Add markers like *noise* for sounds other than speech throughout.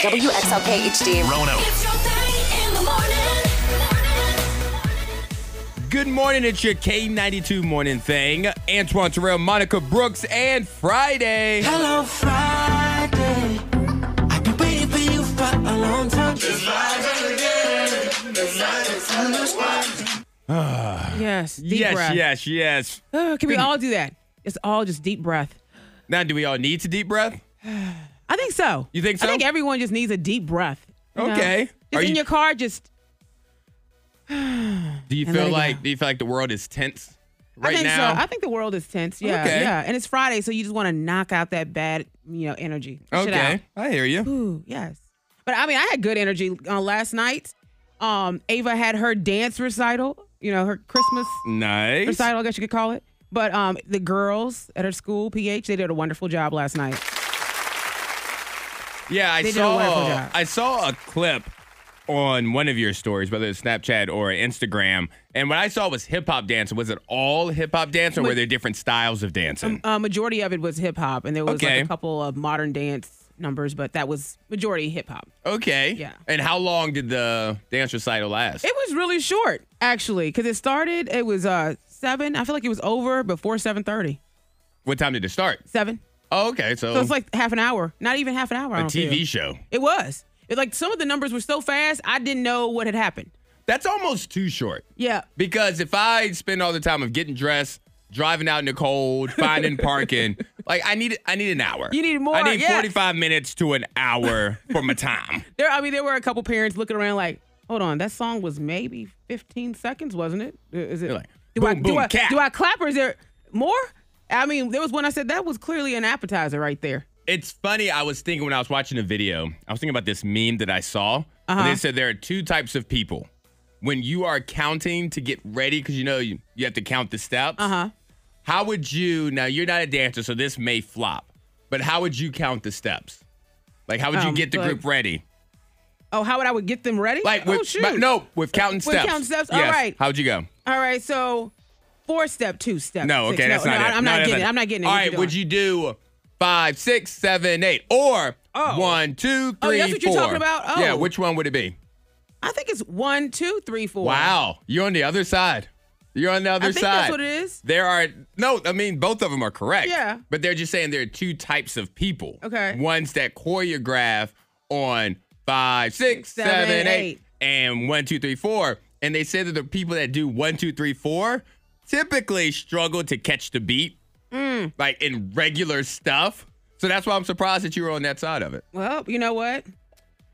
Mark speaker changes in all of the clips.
Speaker 1: WXLK HD.
Speaker 2: Rono.
Speaker 3: It's your thing in the morning.
Speaker 4: Good morning. It's your K92 morning thing. Antoine Terrell, Monica Brooks, and Friday.
Speaker 5: Hello Friday. I've been waiting for you for a long time.
Speaker 6: Yes, deep
Speaker 4: yes,
Speaker 6: breath.
Speaker 4: yes, yes.
Speaker 6: Ugh, can we all do that? It's all just deep breath.
Speaker 4: Now, do we all need to deep breath?
Speaker 6: I think so.
Speaker 4: You think so?
Speaker 6: I think everyone just needs a deep breath. you know?
Speaker 4: Okay.
Speaker 6: Just
Speaker 4: Are
Speaker 6: in
Speaker 4: you-
Speaker 6: your car, just
Speaker 4: Do you
Speaker 6: And let
Speaker 4: feel
Speaker 6: it
Speaker 4: like
Speaker 6: go.
Speaker 4: do you feel like the world is tense right
Speaker 6: I think
Speaker 4: now?
Speaker 6: so. I think the world is tense. Yeah,
Speaker 4: Okay.
Speaker 6: yeah. And it's Friday, so you just want to knock out that bad, you know, energy. Shit out.
Speaker 4: okay, I hear you.
Speaker 6: Ooh, yes. But I mean, I had good energy uh, last night. Um, Ava had her dance recital, you know, her Christmas
Speaker 4: Nice.
Speaker 6: recital, I guess you could call it. But um, the girls at her school, PH, they did a wonderful job last night.
Speaker 4: Yeah, I
Speaker 6: They did a wonderful
Speaker 4: saw
Speaker 6: job.
Speaker 4: I saw a clip on one of your stories, whether it's Snapchat or Instagram, and what I saw was hip hop dancing. Was it all hip hop dancing, or were there different styles of dancing?
Speaker 6: Uh, majority of it was hip hop, and there was
Speaker 4: Okay.
Speaker 6: like a couple of modern dance numbers, but that was majority hip hop.
Speaker 4: Okay.
Speaker 6: Um, Yeah.
Speaker 4: And how long did the dance recital last?
Speaker 6: It was really short, actually, because it started. It was uh seven. I feel like it was over before seven thirty.
Speaker 4: what time did it start?
Speaker 6: Seven.
Speaker 4: Oh, okay, so,
Speaker 6: So it's like half an hour. Not even half an hour. I
Speaker 4: a
Speaker 6: don't feel.
Speaker 4: TV show.
Speaker 6: It was. It, like some of the numbers were so fast, I didn't know what had happened.
Speaker 4: That's almost too short.
Speaker 6: Yeah.
Speaker 4: Because if I spend all the time of getting dressed, driving out in the cold, finding
Speaker 6: *laughs*
Speaker 4: parking, like I need I need an hour.
Speaker 6: You need more,
Speaker 4: I need
Speaker 6: yeah.
Speaker 4: 45 minutes to an hour for my time.
Speaker 6: There. I mean, there were a couple parents looking around like, "Hold on, that song was maybe 15 seconds, wasn't it? Is it?
Speaker 4: You're like,
Speaker 6: do I
Speaker 4: boom,
Speaker 6: do
Speaker 4: boom,
Speaker 6: I
Speaker 4: cap.
Speaker 6: do I clap or is there more? I mean, there was one I said that was clearly an appetizer right there.
Speaker 4: It's funny. I was thinking when I was watching the video, I was thinking about this meme that I saw. And
Speaker 6: Uh-huh.
Speaker 4: they said there are two types of people. When you are counting to get ready, because you know you, you have to count the steps. Uh
Speaker 6: Uh-huh.
Speaker 4: huh. How would you, now you're not a dancer, so this may flop, but how would you count the steps? Like, how would you
Speaker 6: Um,
Speaker 4: get the
Speaker 6: like-
Speaker 4: group ready?
Speaker 6: Oh, how would I would get them ready?
Speaker 4: Like,
Speaker 6: oh
Speaker 4: with,
Speaker 6: shoot,
Speaker 4: but no, with counting
Speaker 6: With
Speaker 4: steps.
Speaker 6: counting steps?
Speaker 4: Yes.
Speaker 6: All right.
Speaker 4: How'd you go?
Speaker 6: All right, so four step, two step.
Speaker 4: No,
Speaker 6: six.
Speaker 4: okay, that's
Speaker 6: no,
Speaker 4: not
Speaker 6: no,
Speaker 4: it.
Speaker 6: I'm
Speaker 4: No,
Speaker 6: not
Speaker 4: that's
Speaker 6: getting it. I'm not getting it.
Speaker 4: All
Speaker 6: What you
Speaker 4: right, would
Speaker 6: doing?
Speaker 4: you do five, six, seven, eight, or
Speaker 6: Oh.
Speaker 4: one, two, three,
Speaker 6: Oh, that's what you're
Speaker 4: four?
Speaker 6: talking about?
Speaker 4: Yeah,
Speaker 6: Oh.
Speaker 4: which one would it be?
Speaker 6: I think it's one, two, three, four.
Speaker 4: Wow, you're on the other side. You're on the other
Speaker 6: I think
Speaker 4: side.
Speaker 6: that's what it is.
Speaker 4: There are no, I mean both of them are correct.
Speaker 6: Yeah.
Speaker 4: But they're just saying there are two types of people.
Speaker 6: Okay.
Speaker 4: Ones that choreograph on five, six,
Speaker 6: Seven,
Speaker 4: seven, eight,
Speaker 6: eight.
Speaker 4: and one, two, three, four. And they say that the people that do one, two, three, four typically struggle to catch the beat,
Speaker 6: Mm.
Speaker 4: like in regular stuff. So that's why I'm surprised that you were on that side of it.
Speaker 6: Well, you know what?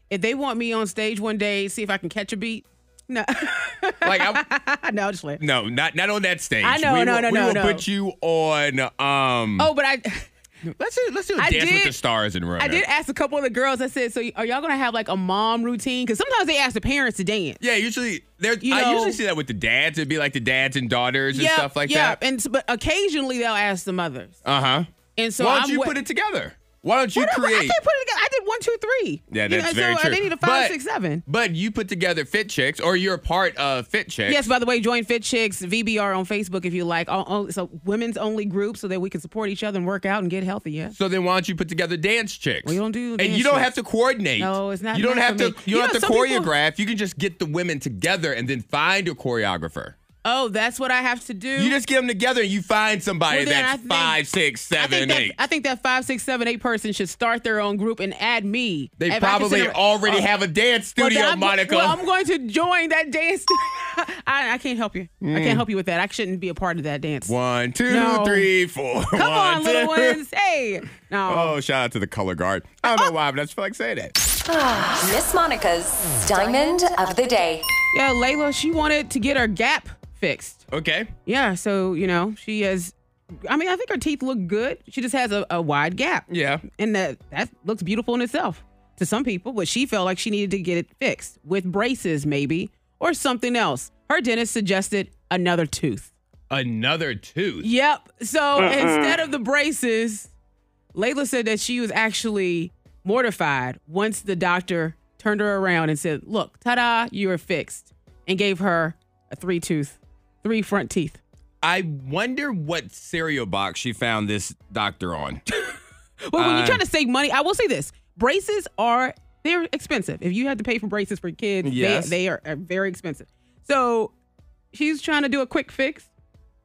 Speaker 6: If they want me on stage one day, see if I can catch a beat. No, *laughs*
Speaker 4: Like I,
Speaker 6: no, I'm just playing.
Speaker 4: no, not not on that stage.
Speaker 6: I know,
Speaker 4: we
Speaker 6: no,
Speaker 4: will,
Speaker 6: no,
Speaker 4: we
Speaker 6: no,
Speaker 4: will
Speaker 6: no.
Speaker 4: put you on. Um,
Speaker 6: Oh, but I,
Speaker 4: Let's do, let's do a
Speaker 6: I
Speaker 4: dance with
Speaker 6: did-
Speaker 4: the stars and run.
Speaker 6: I did ask a couple of the girls. I said, "So are y'all gonna have like a mom routine? Because sometimes they ask the parents to dance."
Speaker 4: Yeah, usually there.
Speaker 6: You
Speaker 4: I
Speaker 6: know-
Speaker 4: usually see that with the dads. It'd be like the dads and daughters and
Speaker 6: Yep,
Speaker 4: stuff like
Speaker 6: yep.
Speaker 4: that.
Speaker 6: And s- but occasionally they'll ask the mothers.
Speaker 4: Uh huh.
Speaker 6: And so
Speaker 4: Why don't
Speaker 6: I'm
Speaker 4: you
Speaker 6: wa-
Speaker 4: put it together? Why don't you
Speaker 6: Whatever, I
Speaker 4: create?
Speaker 6: can't put it together. I did one, two, three.
Speaker 4: Yeah,
Speaker 6: You
Speaker 4: that's
Speaker 6: know,
Speaker 4: very
Speaker 6: so uh,
Speaker 4: true.
Speaker 6: They need a five,
Speaker 4: But-
Speaker 6: six, seven.
Speaker 4: But you put together Fit Chicks, or you're a part of Fit Chicks.
Speaker 6: Yes, by the way, join Fit Chicks VBR on Facebook if you like. Oh, oh, It's a women's only group so that we can support each other and work out and get healthy. Yeah.
Speaker 4: So then why don't you put together Dance Chicks?
Speaker 6: We don't do
Speaker 4: And
Speaker 6: dance
Speaker 4: you don't
Speaker 6: chicks.
Speaker 4: have to coordinate.
Speaker 6: No, it's not
Speaker 4: You don't
Speaker 6: meant
Speaker 4: have
Speaker 6: for
Speaker 4: to.
Speaker 6: me.
Speaker 4: You
Speaker 6: You
Speaker 4: don't
Speaker 6: know,
Speaker 4: have to
Speaker 6: some people-
Speaker 4: choreograph. You can just get the women together and then find a choreographer.
Speaker 6: Oh, that's what I have to do.
Speaker 4: You just get them together and you find somebody
Speaker 6: Well, then I
Speaker 4: that's
Speaker 6: think-
Speaker 4: five, six,
Speaker 6: I
Speaker 4: seven, eight.
Speaker 6: think, that, I think that five, six, seven, eight person should start their own group and add me.
Speaker 4: They
Speaker 6: If I
Speaker 4: probably
Speaker 6: consider-
Speaker 4: already
Speaker 6: Oh,
Speaker 4: have a dance
Speaker 6: well,
Speaker 4: studio,
Speaker 6: then I'm,
Speaker 4: Monica.
Speaker 6: Well, I'm going to join that dance. *laughs* I, I can't help you.
Speaker 4: Mm.
Speaker 6: I can't help you with that. I shouldn't be a part of that dance.
Speaker 4: One, two,
Speaker 6: No.
Speaker 4: three, four.
Speaker 6: Come
Speaker 4: One,
Speaker 6: on, little
Speaker 4: two.
Speaker 6: ones.
Speaker 4: *laughs*
Speaker 6: Hey. No.
Speaker 4: Oh, shout out to the color guard. I
Speaker 6: Oh.
Speaker 4: don't know why, but I just feel like saying that.
Speaker 1: Miss Monica's Diamond of the Day.
Speaker 6: Yeah, Layla, she wanted to get her gap fixed.
Speaker 4: Okay.
Speaker 6: Yeah, so, you know, she has, I mean, I think her teeth look good. She just has a, a wide gap.
Speaker 4: Yeah.
Speaker 6: And that, that looks beautiful in itself to some people, but she felt like she needed to get it fixed with braces, maybe, or something else. Her dentist suggested another tooth.
Speaker 4: Another tooth.
Speaker 6: Yep. So
Speaker 4: Uh-uh.
Speaker 6: instead of the braces, Layla said that she was actually mortified once the doctor turned her around and said, Look, ta da, you are fixed, and gave her a three tooth, three front teeth.
Speaker 4: I wonder what cereal box she found this doctor on.
Speaker 6: Well, when
Speaker 4: Uh,
Speaker 6: you're trying to save money, I will say this braces are they're expensive. If you had to pay for braces for kids, they-
Speaker 4: Yes.
Speaker 6: they, are, are very expensive. So she's trying to do a quick fix.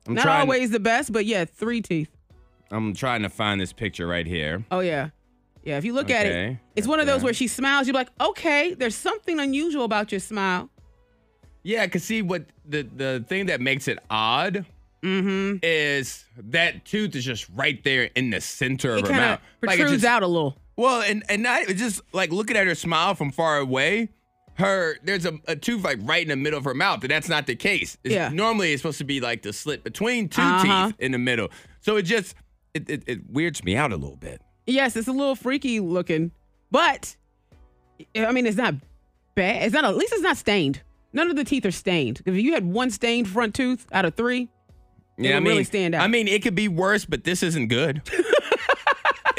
Speaker 4: I'm
Speaker 6: Not
Speaker 4: trying.
Speaker 6: always the best, but yeah, three teeth.
Speaker 4: I'm trying to find this picture right here.
Speaker 6: Oh yeah. Yeah, if you look at it,
Speaker 4: Okay.
Speaker 6: it's one of those
Speaker 4: Okay.
Speaker 6: where she smiles, you're like, okay, there's something unusual about your smile.
Speaker 4: Yeah, cause see what the the thing that makes it odd
Speaker 6: Mm-hmm.
Speaker 4: is that tooth is just right there in the center
Speaker 6: It
Speaker 4: of her
Speaker 6: kind
Speaker 4: mouth.
Speaker 6: of
Speaker 4: Like, it
Speaker 6: protrudes
Speaker 4: just-
Speaker 6: out a little.
Speaker 4: Well, and and not it's just like looking at her smile from far away. Her there's a, a tooth like right in the middle of her mouth, but that's not the case. It's-
Speaker 6: Yeah.
Speaker 4: Normally, it's supposed to be like the slit between 2
Speaker 6: Uh-huh.
Speaker 4: teeth in the middle. So it just it, it it weirds me out a little bit.
Speaker 6: Yes, it's a little freaky looking, but I mean, it's not bad. It's not at least it's not stained. None of the teeth are stained. If you had one stained front tooth out of three, It
Speaker 4: I
Speaker 6: would
Speaker 4: mean,
Speaker 6: really stand out.
Speaker 4: I mean, it could be worse, but this isn't
Speaker 6: *laughs*
Speaker 4: good.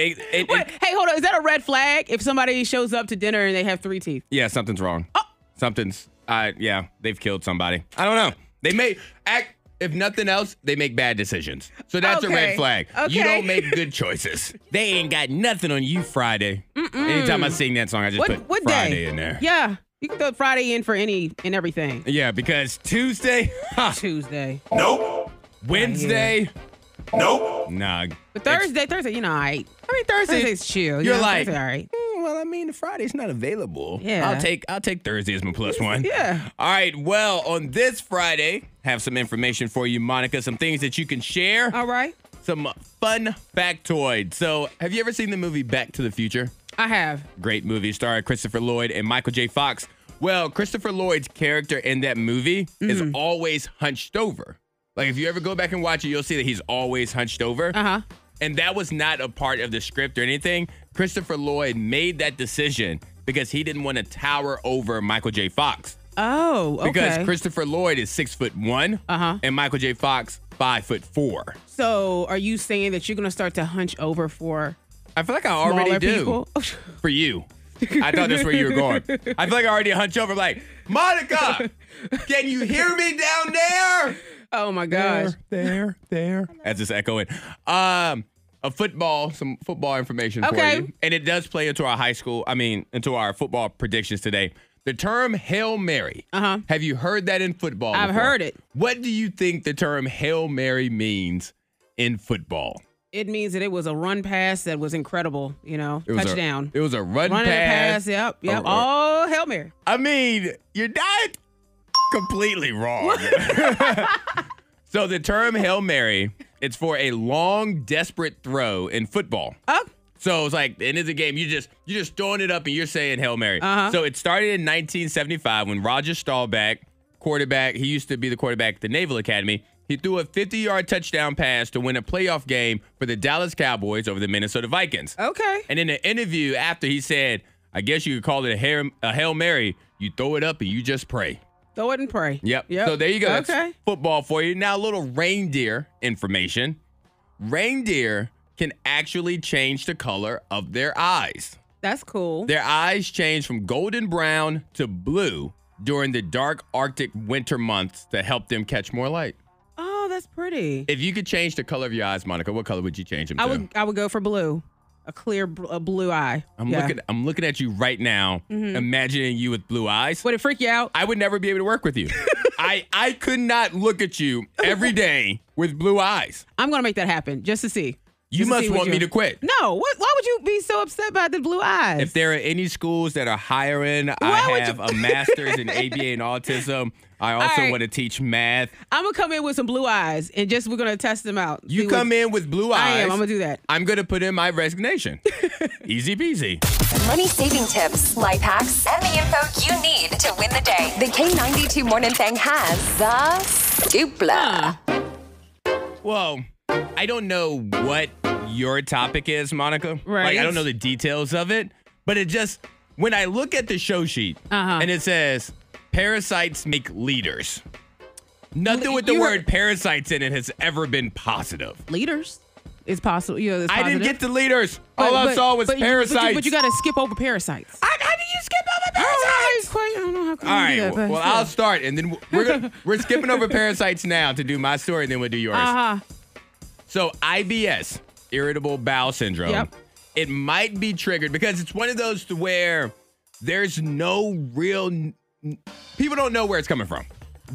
Speaker 4: It- it-
Speaker 6: Wait,
Speaker 4: it-
Speaker 6: hey, hold on. Is that a red flag if somebody shows up to dinner and they have three teeth?
Speaker 4: yeah, something's wrong.
Speaker 6: Oh.
Speaker 4: Something's uh, yeah, they've killed somebody. I don't know. They may act. If nothing else, they make bad decisions. So that's a
Speaker 6: Okay.
Speaker 4: red flag. You
Speaker 6: Okay.
Speaker 4: don't make good choices. They ain't got nothing on you Friday. Anytime I sing that song, I just
Speaker 6: What
Speaker 4: put
Speaker 6: what
Speaker 4: Friday
Speaker 6: day?
Speaker 4: in there.
Speaker 6: Yeah, you can throw Friday in for any and everything.
Speaker 4: Yeah, because
Speaker 6: *laughs*
Speaker 4: Tuesday, ha,
Speaker 6: Tuesday,
Speaker 4: Wednesday, nope. Nah.
Speaker 6: but Thursday, Thursday, you know, all right.
Speaker 4: I mean Thursday.
Speaker 6: Thursday's chill.
Speaker 4: You're
Speaker 6: yeah,
Speaker 4: like,
Speaker 6: Thursday, all right.
Speaker 4: "Mm, well, I mean, Friday's not available.
Speaker 6: Yeah.
Speaker 4: I'll take I'll take Thursday as my plus one.
Speaker 6: Yeah.
Speaker 4: All right. Well, on this Friday, have some information for you, Monica. Some things that you can share.
Speaker 6: All right.
Speaker 4: Some fun factoids. So, have you ever seen the movie Back to the Future?
Speaker 6: I have.
Speaker 4: Great movie, starring Christopher Lloyd and Michael J. Fox. Well, Christopher Lloyd's character in that movie is
Speaker 6: Mm-hmm.
Speaker 4: always hunched over. Like if you ever go back and watch it, you'll see that he's always hunched over.
Speaker 6: Uh huh.
Speaker 4: And that was not a part of the script or anything. Christopher Lloyd made that decision because he didn't want to tower over Michael J. Fox.
Speaker 6: Oh, okay.
Speaker 4: Because Christopher Lloyd is six foot one
Speaker 6: Uh-huh.
Speaker 4: and Michael J. Fox five foot four.
Speaker 6: So, are you saying that you're gonna start to hunch over for
Speaker 4: I feel like I
Speaker 6: smaller
Speaker 4: already do
Speaker 6: people? *laughs*
Speaker 4: for you. I thought that's where you were going. I feel like I already hunch over like, Monica, can you hear me down there?
Speaker 6: oh my gosh!
Speaker 4: there, there. As it's echoing. Um, a football, some football information
Speaker 6: Okay.
Speaker 4: for you. And it does play into our high school, I mean, into our football predictions today. The term Hail Mary.
Speaker 6: Uh-huh.
Speaker 4: Have you heard that in football?
Speaker 6: I've
Speaker 4: before?
Speaker 6: heard it.
Speaker 4: What do you think the term Hail Mary means in football?
Speaker 6: It means that it was a run pass that was incredible. You know,
Speaker 4: It was a-
Speaker 6: touchdown.
Speaker 4: it was a run
Speaker 6: Running a pass. Yep. Yep.
Speaker 4: Or- or-
Speaker 6: oh, hail mary.
Speaker 4: I mean, you're not completely wrong. *laughs* so the term Hail Mary, it's for a long, desperate throw in football.
Speaker 6: Oh,
Speaker 4: So it's like the end of the game, you just you just throwing it up and you're saying Hail Mary.
Speaker 6: Uh-huh.
Speaker 4: So it started in 1975 when Roger Staubach, quarterback, he used to be the quarterback at the Naval Academy. He threw a 50-yard touchdown pass to win a playoff game for the Dallas Cowboys over the Minnesota Vikings.
Speaker 6: okay.
Speaker 4: And in the interview after, he said, I guess you could call it a Hail, a Hail Mary. You throw it up and you just pray.
Speaker 6: Throw it and pray.
Speaker 4: Yep.
Speaker 6: Yep.
Speaker 4: So there you go. That's
Speaker 6: Okay.
Speaker 4: football for you. Now, a little reindeer information. Reindeer can actually change the color of their eyes.
Speaker 6: That's cool.
Speaker 4: Their eyes change from golden brown to blue during the dark Arctic winter months to help them catch more light.
Speaker 6: oh, that's pretty.
Speaker 4: If you could change the color of your eyes, Monica, what color would you change them
Speaker 6: I
Speaker 4: to?
Speaker 6: would. I would go for blue. A clear bl- a blue eye.
Speaker 4: I'm
Speaker 6: Yeah. Mm-hmm.
Speaker 4: looking. I'm looking at you right now, imagining you with blue eyes.
Speaker 6: Would it freak you out?
Speaker 4: I would never be able to work with
Speaker 6: *laughs*
Speaker 4: you. I I could not look at you every day with blue eyes.
Speaker 6: I'm gonna make that happen just to see.
Speaker 4: You
Speaker 6: Just to
Speaker 4: must
Speaker 6: see what
Speaker 4: want me
Speaker 6: you-
Speaker 4: to quit.
Speaker 6: No. What? Why would you be so upset by the blue eyes?
Speaker 4: If there are any schools that are hiring,
Speaker 6: Why
Speaker 4: I
Speaker 6: would
Speaker 4: have
Speaker 6: *laughs* you-
Speaker 4: a master's in ABA and autism. I also
Speaker 6: right.
Speaker 4: want to teach math.
Speaker 6: I'm gonna come in with some blue eyes and just we're gonna test them out.
Speaker 4: You come in with blue eyes.
Speaker 6: I am. I'm gonna do that.
Speaker 4: I'm gonna put in my
Speaker 6: *laughs*
Speaker 4: resignation. Easy peasy.
Speaker 1: Money saving tips, life hacks, and the info you need to win the day. The K92 Morning Thing has the dupla.
Speaker 4: Well, I don't know what your topic is, Monica.
Speaker 6: Right.
Speaker 4: Like, I don't know the details of it, but it just, when I look at the show sheet
Speaker 6: Uh-huh.
Speaker 4: and it says, parasites make leaders. Nothing with the
Speaker 6: you
Speaker 4: word
Speaker 6: heard-
Speaker 4: parasites in it has ever been positive.
Speaker 6: Leaders, it's possible. You know, it's
Speaker 4: I didn't
Speaker 6: positive.
Speaker 4: get the leaders.
Speaker 6: But-
Speaker 4: All I
Speaker 6: but-
Speaker 4: saw was
Speaker 6: but you- but you-
Speaker 4: parasites.
Speaker 6: But you, gotta skip over parasites.
Speaker 4: I- how did you skip over
Speaker 6: I don't know how you
Speaker 4: parasites?
Speaker 6: quite- I don't know how come
Speaker 4: All
Speaker 6: you
Speaker 4: right.
Speaker 6: do that,
Speaker 4: Well,
Speaker 6: but
Speaker 4: well,
Speaker 6: yeah.
Speaker 4: I'll start, and then we're gonna,
Speaker 6: *laughs*
Speaker 4: we're skipping over parasites now to do my story, and then we'll do yours.
Speaker 6: Uh-huh.
Speaker 4: So IBS, irritable bowel syndrome,
Speaker 6: Yep.
Speaker 4: it might be triggered because it's one of those to where There's no real. n- n- People don't know where it's coming from.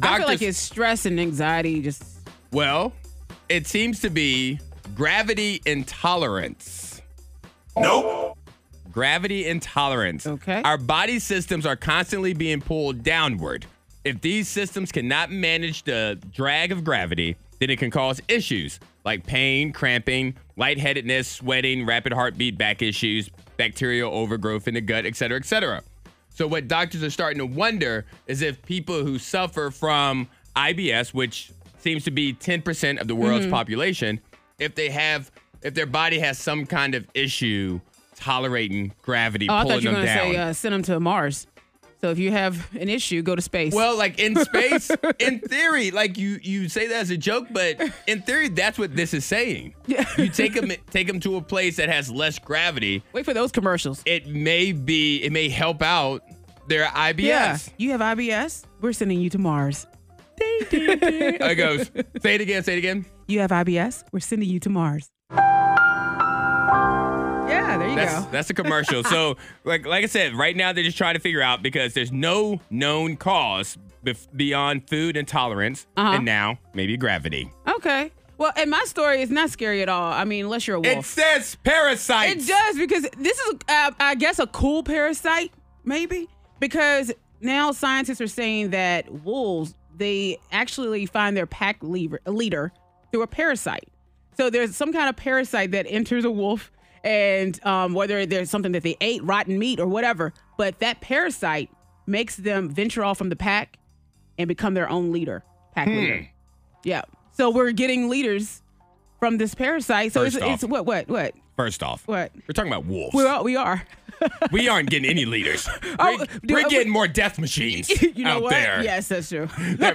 Speaker 6: I feel
Speaker 4: Doctors-
Speaker 6: like it's stress and anxiety. Just
Speaker 4: Well, it seems to be gravity intolerance. Nope. Gravity intolerance.
Speaker 6: Okay.
Speaker 4: Our body systems are constantly being pulled downward. If these systems cannot manage the drag of gravity, then it can cause issues like pain, cramping, lightheadedness, sweating, rapid heartbeat, back issues, bacterial overgrowth in the gut, et cetera, et cetera. So what doctors are starting to wonder is if people who suffer from IBS, which seems to be 10% of the world's
Speaker 6: Mm-hmm.
Speaker 4: population, if they have if their body has some kind of issue tolerating gravity
Speaker 6: oh, I
Speaker 4: pulling
Speaker 6: thought you were
Speaker 4: them
Speaker 6: gonna
Speaker 4: down.
Speaker 6: say uh, send them to Mars. So if you have an issue, go to space.
Speaker 4: Well, like in
Speaker 6: *laughs*
Speaker 4: space, in theory, like you you say that as a joke, but in theory, that's what this is saying. You take them take them to a place that has less gravity.
Speaker 6: wait for those commercials.
Speaker 4: It may be it may help out their IBS.
Speaker 6: you have IBS. We're sending you to Mars.
Speaker 4: It goes. Say it again. Say it again.
Speaker 6: You have IBS. We're sending you to Mars. Yeah, there you
Speaker 4: That's
Speaker 6: go.
Speaker 4: that's a commercial. so like like I said, right now they're just trying to figure out because there's no known cause bef- beyond food intolerance
Speaker 6: Uh-huh.
Speaker 4: and now maybe gravity.
Speaker 6: Okay. Well, and my story is not scary at all. I mean, unless you're a wolf.
Speaker 4: It says parasites.
Speaker 6: It does because this is, uh, I guess, a cool parasite, maybe because now scientists are saying that wolves they actually find their pack leader, leader through a parasite. So there's some kind of parasite that enters a wolf, and um, whether there's something that they ate, rotten meat or whatever, but that parasite makes them venture off from the pack and become their own leader, pack
Speaker 4: Hmm.
Speaker 6: leader. Yeah. So we're getting leaders from this parasite. So
Speaker 4: First
Speaker 6: it's,
Speaker 4: off-
Speaker 6: it's what what what
Speaker 4: First off,
Speaker 6: What?
Speaker 4: we're talking about wolves.
Speaker 6: we are. We are. *laughs*
Speaker 4: we aren't getting any leaders.
Speaker 6: Oh,
Speaker 4: we're
Speaker 6: do-
Speaker 4: we're
Speaker 6: uh,
Speaker 4: getting more death machines
Speaker 6: *laughs* you know
Speaker 4: out
Speaker 6: what?
Speaker 4: there.
Speaker 6: Yes, that's true. *laughs*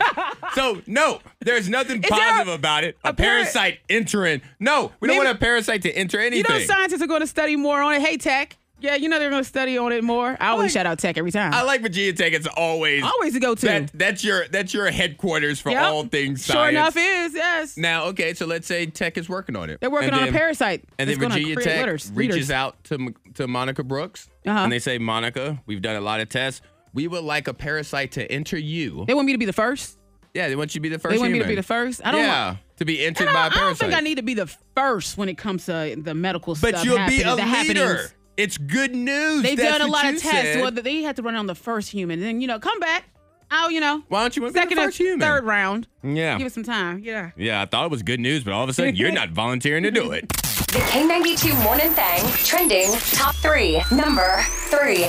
Speaker 4: So no, there's nothing
Speaker 6: there a-
Speaker 4: positive about it. A,
Speaker 6: a para-
Speaker 4: parasite entering. No, we
Speaker 6: Maybe-
Speaker 4: don't want a parasite to enter
Speaker 6: you
Speaker 4: anything.
Speaker 6: know, scientists are going to study more on it. Hey, tech. Yeah, you know they're going to study on it more. I always
Speaker 4: like-
Speaker 6: shout out tech every time.
Speaker 4: I like Virginia Tech. It's always
Speaker 6: always to go to.
Speaker 4: That, that's your that's your headquarters for
Speaker 6: Yep.
Speaker 4: all things
Speaker 6: Sure
Speaker 4: science.
Speaker 6: enough, is yes.
Speaker 4: Now, okay, so let's say Tech is working on it.
Speaker 6: they're working
Speaker 4: And
Speaker 6: on
Speaker 4: then-
Speaker 6: a parasite.
Speaker 4: And
Speaker 6: that's
Speaker 4: then
Speaker 6: gonna
Speaker 4: Virginia
Speaker 6: create
Speaker 4: Tech
Speaker 6: litters-
Speaker 4: reaches
Speaker 6: leaders.
Speaker 4: out to M- to Monica Brooks,
Speaker 6: Uh-huh.
Speaker 4: and they say, Monica, we've done a lot of tests. We would like a parasite to enter you.
Speaker 6: They want me to be the first.
Speaker 4: yeah, they want you to be the first.
Speaker 6: They want me to
Speaker 4: human.
Speaker 6: be the first. I don't.
Speaker 4: yeah,
Speaker 6: Want,
Speaker 4: to be entered
Speaker 6: I
Speaker 4: by a
Speaker 6: don't, I
Speaker 4: parasite.
Speaker 6: don't think I need to be the first when it comes to uh, the medical
Speaker 4: but
Speaker 6: stuff.
Speaker 4: you'll
Speaker 6: happening,
Speaker 4: be a
Speaker 6: the happenings.
Speaker 4: leader. It's good news.
Speaker 6: They've
Speaker 4: That's
Speaker 6: done a
Speaker 4: what
Speaker 6: lot
Speaker 4: you
Speaker 6: of tests.
Speaker 4: said.
Speaker 6: Well, they had to run on the first human. Then you know, come back. I'll you know.
Speaker 4: Why don't you want to be the
Speaker 6: second or
Speaker 4: first human?
Speaker 6: third round?
Speaker 4: yeah.
Speaker 6: Give it some time. Yeah.
Speaker 4: yeah, I thought it was good news, but all of a sudden you're not volunteering to do it.
Speaker 1: The K92 Morning Thang trending top three. Number three.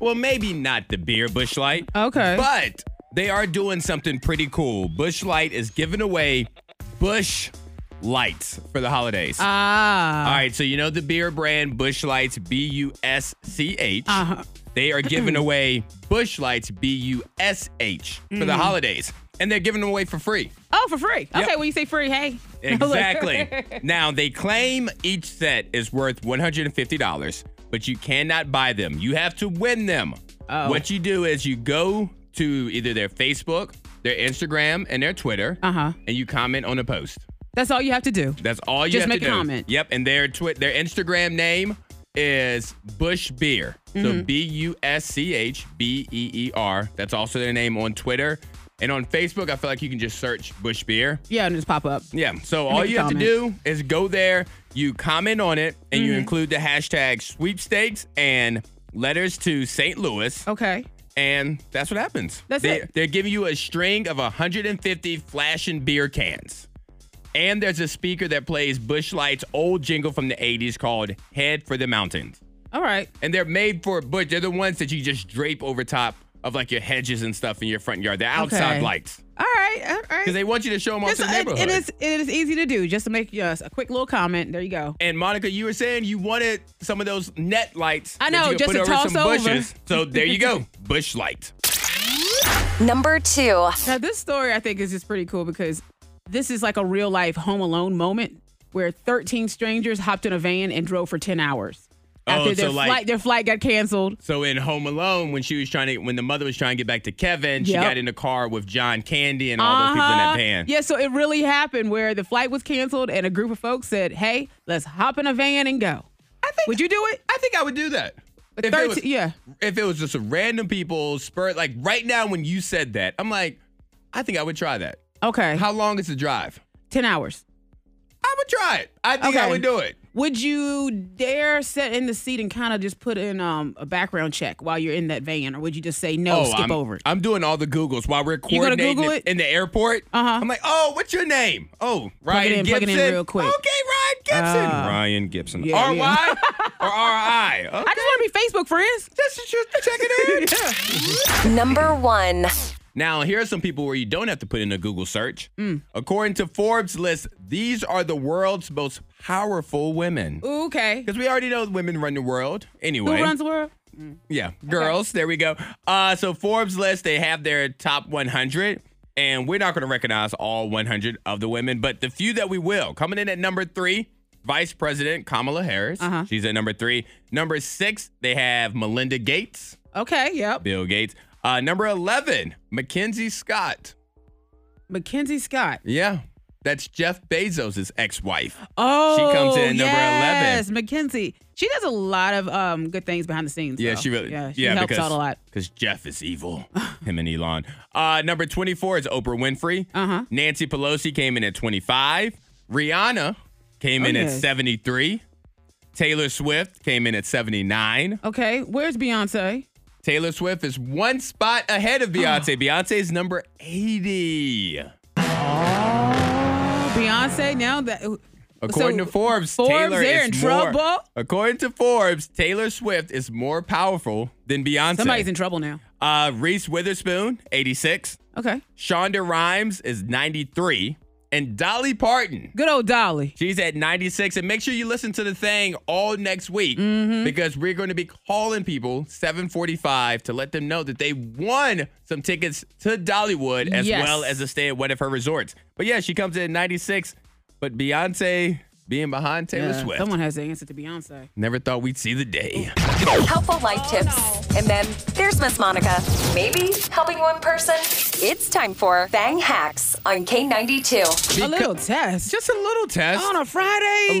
Speaker 4: Well, maybe not the beer Bush Light.
Speaker 6: Okay.
Speaker 4: But they are doing something pretty cool. Bush Light is giving away Bush Lights for the holidays.
Speaker 6: Ah.
Speaker 4: All right, so you know the beer brand Bush Lights, B U S C H.
Speaker 6: Uh-huh.
Speaker 4: They are
Speaker 6: *clears throat*
Speaker 4: giving away Bush Lights, B U S H, for
Speaker 6: Mm.
Speaker 4: the holidays. And they're giving them away for free.
Speaker 6: Oh, for free.
Speaker 4: Yep.
Speaker 6: Okay, when you say free, hey. *laughs*
Speaker 4: Exactly. now, they claim each set is worth $150, but you cannot buy them. You have to win them.
Speaker 6: Oh.
Speaker 4: What you do is you go to either their Facebook, their Instagram, and their Twitter,
Speaker 6: Uh-huh.
Speaker 4: and you comment on a post.
Speaker 6: That's all you have to do.
Speaker 4: That's all you
Speaker 6: Just
Speaker 4: have
Speaker 6: make
Speaker 4: to
Speaker 6: a
Speaker 4: do.
Speaker 6: comment.
Speaker 4: Yep, and their twi- their Instagram name is Bush Beer.
Speaker 6: Mm-hmm.
Speaker 4: So B U S C H B E E R. That's also their name on Twitter. And on Facebook, I feel like you can just search Bush Beer.
Speaker 6: Yeah, and just pop up.
Speaker 4: Yeah. So all
Speaker 6: make a
Speaker 4: you have to do
Speaker 6: comment.
Speaker 4: is go there, you comment on it, and
Speaker 6: Mm-hmm.
Speaker 4: you include the hashtag sweepstakes and letters to St. Louis.
Speaker 6: Okay.
Speaker 4: And that's what happens.
Speaker 6: Oh. That's
Speaker 4: they,
Speaker 6: it.
Speaker 4: They're giving you a string of 150 flashing beer cans. And there's a speaker that plays Bush Light's old jingle from the 80s called Head for the Mountains.
Speaker 6: All right.
Speaker 4: And they're made for Bush. They're the ones that you just drape over top of like your hedges and stuff in your front yard. They're outside
Speaker 6: Okay.
Speaker 4: lights.
Speaker 6: All right. All right.
Speaker 4: Because they want you to show them off
Speaker 6: It's-
Speaker 4: to the
Speaker 6: it-
Speaker 4: neighborhood.
Speaker 6: it is it is easy to do. Just to make yes, a quick little comment. There you go.
Speaker 4: And Monica, you were saying you wanted some of those net lights.
Speaker 6: I
Speaker 4: that
Speaker 6: know,
Speaker 4: you could
Speaker 6: just
Speaker 4: put
Speaker 6: to
Speaker 4: over
Speaker 6: toss
Speaker 4: some
Speaker 6: over.
Speaker 4: bushes.
Speaker 6: *laughs*
Speaker 4: So there you go, bush light.
Speaker 1: Number two.
Speaker 6: Now this story I think is just pretty cool because this is like a real life home alone moment where 13 strangers hopped in a van and drove for 10 hours.
Speaker 4: Oh,
Speaker 6: After
Speaker 4: so
Speaker 6: their
Speaker 4: like-
Speaker 6: flight their flight got canceled.
Speaker 4: So in Home Alone, when she was trying to, when the mother was trying to get back to Kevin, she
Speaker 6: Yep.
Speaker 4: got in the car with John Candy and all those people in
Speaker 6: Uh-huh.
Speaker 4: that van.
Speaker 6: Yeah, so it really happened where the flight was canceled and a group of folks said, "Hey, let's hop in a van and go."
Speaker 4: I think.
Speaker 6: Would you do it?
Speaker 4: I think I would do that.
Speaker 6: But
Speaker 4: If it
Speaker 6: 13,
Speaker 4: was-
Speaker 6: yeah.
Speaker 4: If it was just a random people spur, like right now when you said that, I'm like, I think I would try that.
Speaker 6: Okay.
Speaker 4: How long is the drive?
Speaker 6: 10 hours.
Speaker 4: I would try it. I think I
Speaker 6: Okay.
Speaker 4: would do it.
Speaker 6: Would you dare sit in the seat and kind of just put in um, a background check while you're in that van, or would you just say no, Oh, skip
Speaker 4: Oh, I'm,
Speaker 6: over it?
Speaker 4: I'm doing all the Googles while we're
Speaker 6: You gonna
Speaker 4: coordinating
Speaker 6: Google
Speaker 4: in-
Speaker 6: it?
Speaker 4: in the airport.
Speaker 6: Uh-huh.
Speaker 4: I'm like, oh, what's your name? Oh, Ryan
Speaker 6: in, plug
Speaker 4: Gibson.
Speaker 6: it in real quick.
Speaker 4: Okay, Ryan Gibson.
Speaker 6: Ah.
Speaker 4: Ryan Gibson.
Speaker 6: Yeah, *laughs*
Speaker 4: R Y or R I. Oh, Okay.
Speaker 6: I just want to be
Speaker 4: *laughs*
Speaker 6: Facebook friends.
Speaker 4: Just, just check
Speaker 6: *laughs*
Speaker 4: it in.
Speaker 1: Number one.
Speaker 4: Now, here are some people where you don't have to put in a Google search.
Speaker 6: Mm.
Speaker 4: According to Forbes list, these are the world's most powerful women.
Speaker 6: Okay.
Speaker 4: Because we already know women run the world
Speaker 6: Who
Speaker 4: anyway.
Speaker 6: runs the world?
Speaker 4: Yeah, girls. There we go. Uh, so Forbes list they have their top 100, and we're not going to recognize all 100 of the women, but the few that we will. Coming in at number three, Vice President Kamala Harris.
Speaker 6: Uh-huh.
Speaker 4: She's at number three. Number six, they have Melinda Gates,
Speaker 6: Okay, yep.
Speaker 4: Bill Gates. Uh, number 11, Mackenzie Scott.
Speaker 6: Mackenzie Scott.
Speaker 4: Yeah, that's Jeff Bezos' ex-wife.
Speaker 6: Oh,
Speaker 4: comes in number 11.
Speaker 6: yes, Mackenzie. She does a lot of um, good things behind the scenes.
Speaker 4: Yeah,
Speaker 6: though.
Speaker 4: she really.
Speaker 6: Yeah, she helps out a lot.
Speaker 4: Because Jeff is evil. *laughs* Him and Elon. Uh, number 24 is Oprah Winfrey.
Speaker 6: Uh-huh.
Speaker 4: Nancy Pelosi came in at 25. Rihanna came in at
Speaker 6: Okay.
Speaker 4: 73. Taylor Swift came in at 79.
Speaker 6: Okay, where's Beyonce?
Speaker 4: Taylor Swift is one spot ahead
Speaker 6: *gasps* Oh.
Speaker 4: of Beyonce. Beyonce is number 80.
Speaker 6: Beyonce now that
Speaker 4: According
Speaker 6: So,
Speaker 4: to Forbes,
Speaker 6: Forbes,
Speaker 4: Taylor
Speaker 6: they're
Speaker 4: is
Speaker 6: in
Speaker 4: more-
Speaker 6: trouble?
Speaker 4: According to Forbes, Taylor Swift is more powerful than Beyonce.
Speaker 6: somebody's in trouble now.
Speaker 4: uh, Reese Witherspoon, 86.
Speaker 6: Okay,
Speaker 4: Shonda Rhimes is 93, and Dolly Parton.
Speaker 6: good old Dolly.
Speaker 4: She's at 96. And make sure you listen to the thing all next week
Speaker 6: Mm-hmm.
Speaker 4: because we're going to be calling people 745 to let them know that they won some tickets to Dollywood as
Speaker 6: Yes.
Speaker 4: well as a stay at one of her resorts. But yeah, she comes in at 96. But Beyonce being behind Taylor
Speaker 6: Yeah,
Speaker 4: Swift.
Speaker 6: Someone has to answer to Beyonce.
Speaker 4: Never thought we'd see the day.
Speaker 1: Helpful life tips. And then there's Miss Monica. Maybe helping one person. It's time for Bang Hacks on K92.
Speaker 6: a little test
Speaker 4: Just a little test.
Speaker 6: on a Friday.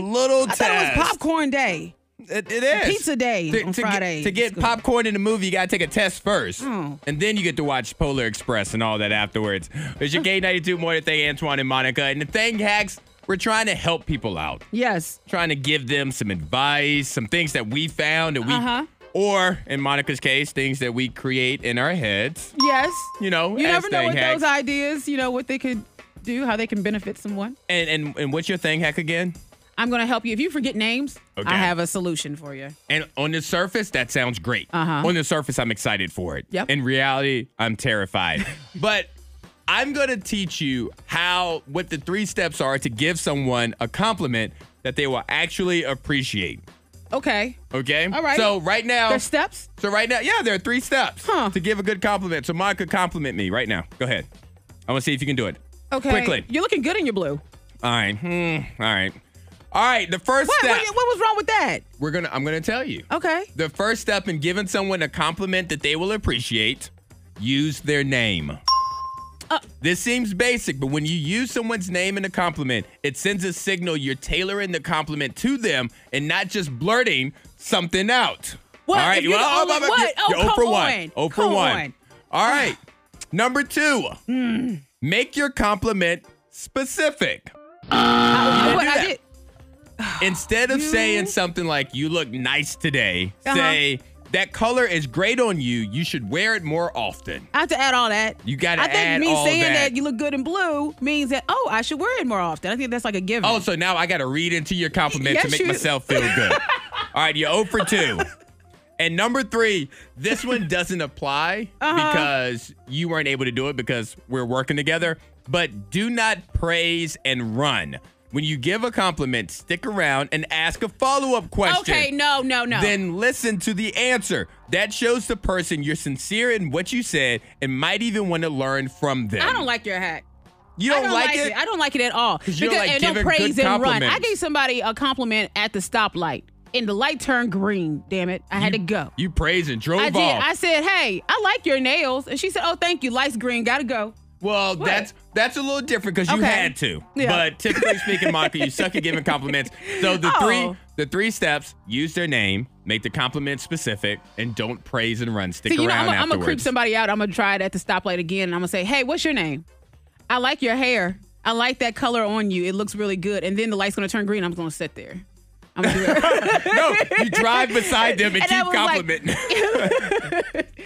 Speaker 4: A little
Speaker 6: I thought
Speaker 4: test.
Speaker 6: it was popcorn day.
Speaker 4: It, it is.
Speaker 6: Pizza day on
Speaker 4: get-
Speaker 6: Friday
Speaker 4: to
Speaker 6: in
Speaker 4: get
Speaker 6: school. Oh.
Speaker 4: popcorn in the movie, you got to take a test first. And then you get to watch Polar Express and all that afterwards. It's your K92 Morning Thing, Antoine and Monica. And the thing hacks, we're trying to help people out,
Speaker 6: Yes.
Speaker 4: trying to give them some advice, some things that we found that we,
Speaker 6: Uh-huh.
Speaker 4: or in Monica's case, things that we create in our heads.
Speaker 6: Yes.
Speaker 4: You know,
Speaker 6: You
Speaker 4: as
Speaker 6: never know
Speaker 4: thing
Speaker 6: what
Speaker 4: hacks.
Speaker 6: those ideas, you know, what they could do, how they can benefit someone.
Speaker 4: and, and, and what's your thing hack again?
Speaker 6: I'm going to help you. If you forget names,
Speaker 4: Okay.
Speaker 6: I have a solution for you.
Speaker 4: And on the surface, that sounds great.
Speaker 6: Uh-huh.
Speaker 4: On the surface, I'm excited for it.
Speaker 6: Yep.
Speaker 4: In reality, I'm
Speaker 6: *laughs*
Speaker 4: terrified. but I'm going to teach you how, what the three steps are to give someone a compliment that they will actually appreciate.
Speaker 6: Okay.
Speaker 4: Okay?
Speaker 6: All right.
Speaker 4: So right now,
Speaker 6: There's steps.
Speaker 4: so right now, yeah, there are three steps
Speaker 6: Huh.
Speaker 4: to give a good compliment. So Monica, compliment me right now. Go ahead. I want to see if you can do it.
Speaker 6: Okay.
Speaker 4: Quickly.
Speaker 6: You're looking good in your blue.
Speaker 4: All right. Hmm. All right. All right. The first
Speaker 6: What,
Speaker 4: step
Speaker 6: what, what was wrong with that?
Speaker 4: we're gonna. I'm gonna tell you.
Speaker 6: Okay.
Speaker 4: The first step in giving someone a compliment that they will appreciate, use their name.
Speaker 6: Uh.
Speaker 4: this seems basic, but when you use someone's name in a compliment, it sends a signal you're tailoring the compliment to them and not just blurting something out.
Speaker 6: What? If you're the
Speaker 4: well,
Speaker 6: only-
Speaker 4: oh, oh,
Speaker 6: what? Oh,
Speaker 4: You're, you're
Speaker 6: come
Speaker 4: 0 for 1.
Speaker 6: on.
Speaker 4: 0 for
Speaker 6: Come
Speaker 4: 1.
Speaker 6: on. Ah. Hmm.
Speaker 4: All right. Number two, make your compliment specific.
Speaker 6: You know what
Speaker 4: do
Speaker 6: I
Speaker 4: that.
Speaker 6: did?
Speaker 4: Instead of saying something like, you look nice today,
Speaker 6: Uh-huh.
Speaker 4: say, that color is great on you. You should wear it more often.
Speaker 6: I have to add all that.
Speaker 4: You gotta
Speaker 6: I think
Speaker 4: add
Speaker 6: me
Speaker 4: all
Speaker 6: saying that.
Speaker 4: that.
Speaker 6: you look good in blue means that oh I should wear it more often. I think that's like a given.
Speaker 4: Oh, so now I got to read into your compliment to
Speaker 6: Yes,
Speaker 4: make
Speaker 6: you- *laughs*
Speaker 4: myself feel good. All right, you're 0 for 2. And number three, this one doesn't apply
Speaker 6: Uh-huh.
Speaker 4: because you weren't able to do it because we're working together. But do not praise and run. When you give a compliment, stick around and ask a follow up question.
Speaker 6: okay, no, no, no.
Speaker 4: Then listen to the answer. That shows the person you're sincere in what you said and might even want to learn from them.
Speaker 6: I don't like your hat.
Speaker 4: You don't,
Speaker 6: I don't like, it. I don't like it at all.
Speaker 4: you don't like
Speaker 6: and
Speaker 4: giving
Speaker 6: don't praise
Speaker 4: good
Speaker 6: and run.
Speaker 4: compliments.
Speaker 6: I gave somebody a compliment at the stoplight, and the light turned green. Damn it! I had to go.
Speaker 4: You praise and drove
Speaker 6: I did.
Speaker 4: off.
Speaker 6: I said, "Hey, I like your nails," and she said, "Oh, thank you. Light's green. Gotta go."
Speaker 4: Well, that's that's a little different because you
Speaker 6: Okay.
Speaker 4: had to.
Speaker 6: Yeah.
Speaker 4: But typically speaking, Monica, you suck at giving compliments. So
Speaker 6: *laughs*
Speaker 4: the
Speaker 6: Oh.
Speaker 4: three the three steps: use their name, make the compliment specific, and don't praise and run. Stick
Speaker 6: So, you know,
Speaker 4: around
Speaker 6: I'm, I'm gonna
Speaker 4: afterwards.
Speaker 6: creep somebody out. I'm gonna try it at the stoplight again, and I'm gonna say, "Hey, what's your name? I like your hair. I like that color on you. It looks really good." And then the light's gonna turn green. I'm gonna sit there. *laughs* I'm gonna do it.
Speaker 4: no,
Speaker 6: *laughs*
Speaker 4: you drive beside them and,
Speaker 6: And I
Speaker 4: keep
Speaker 6: was like- *laughs*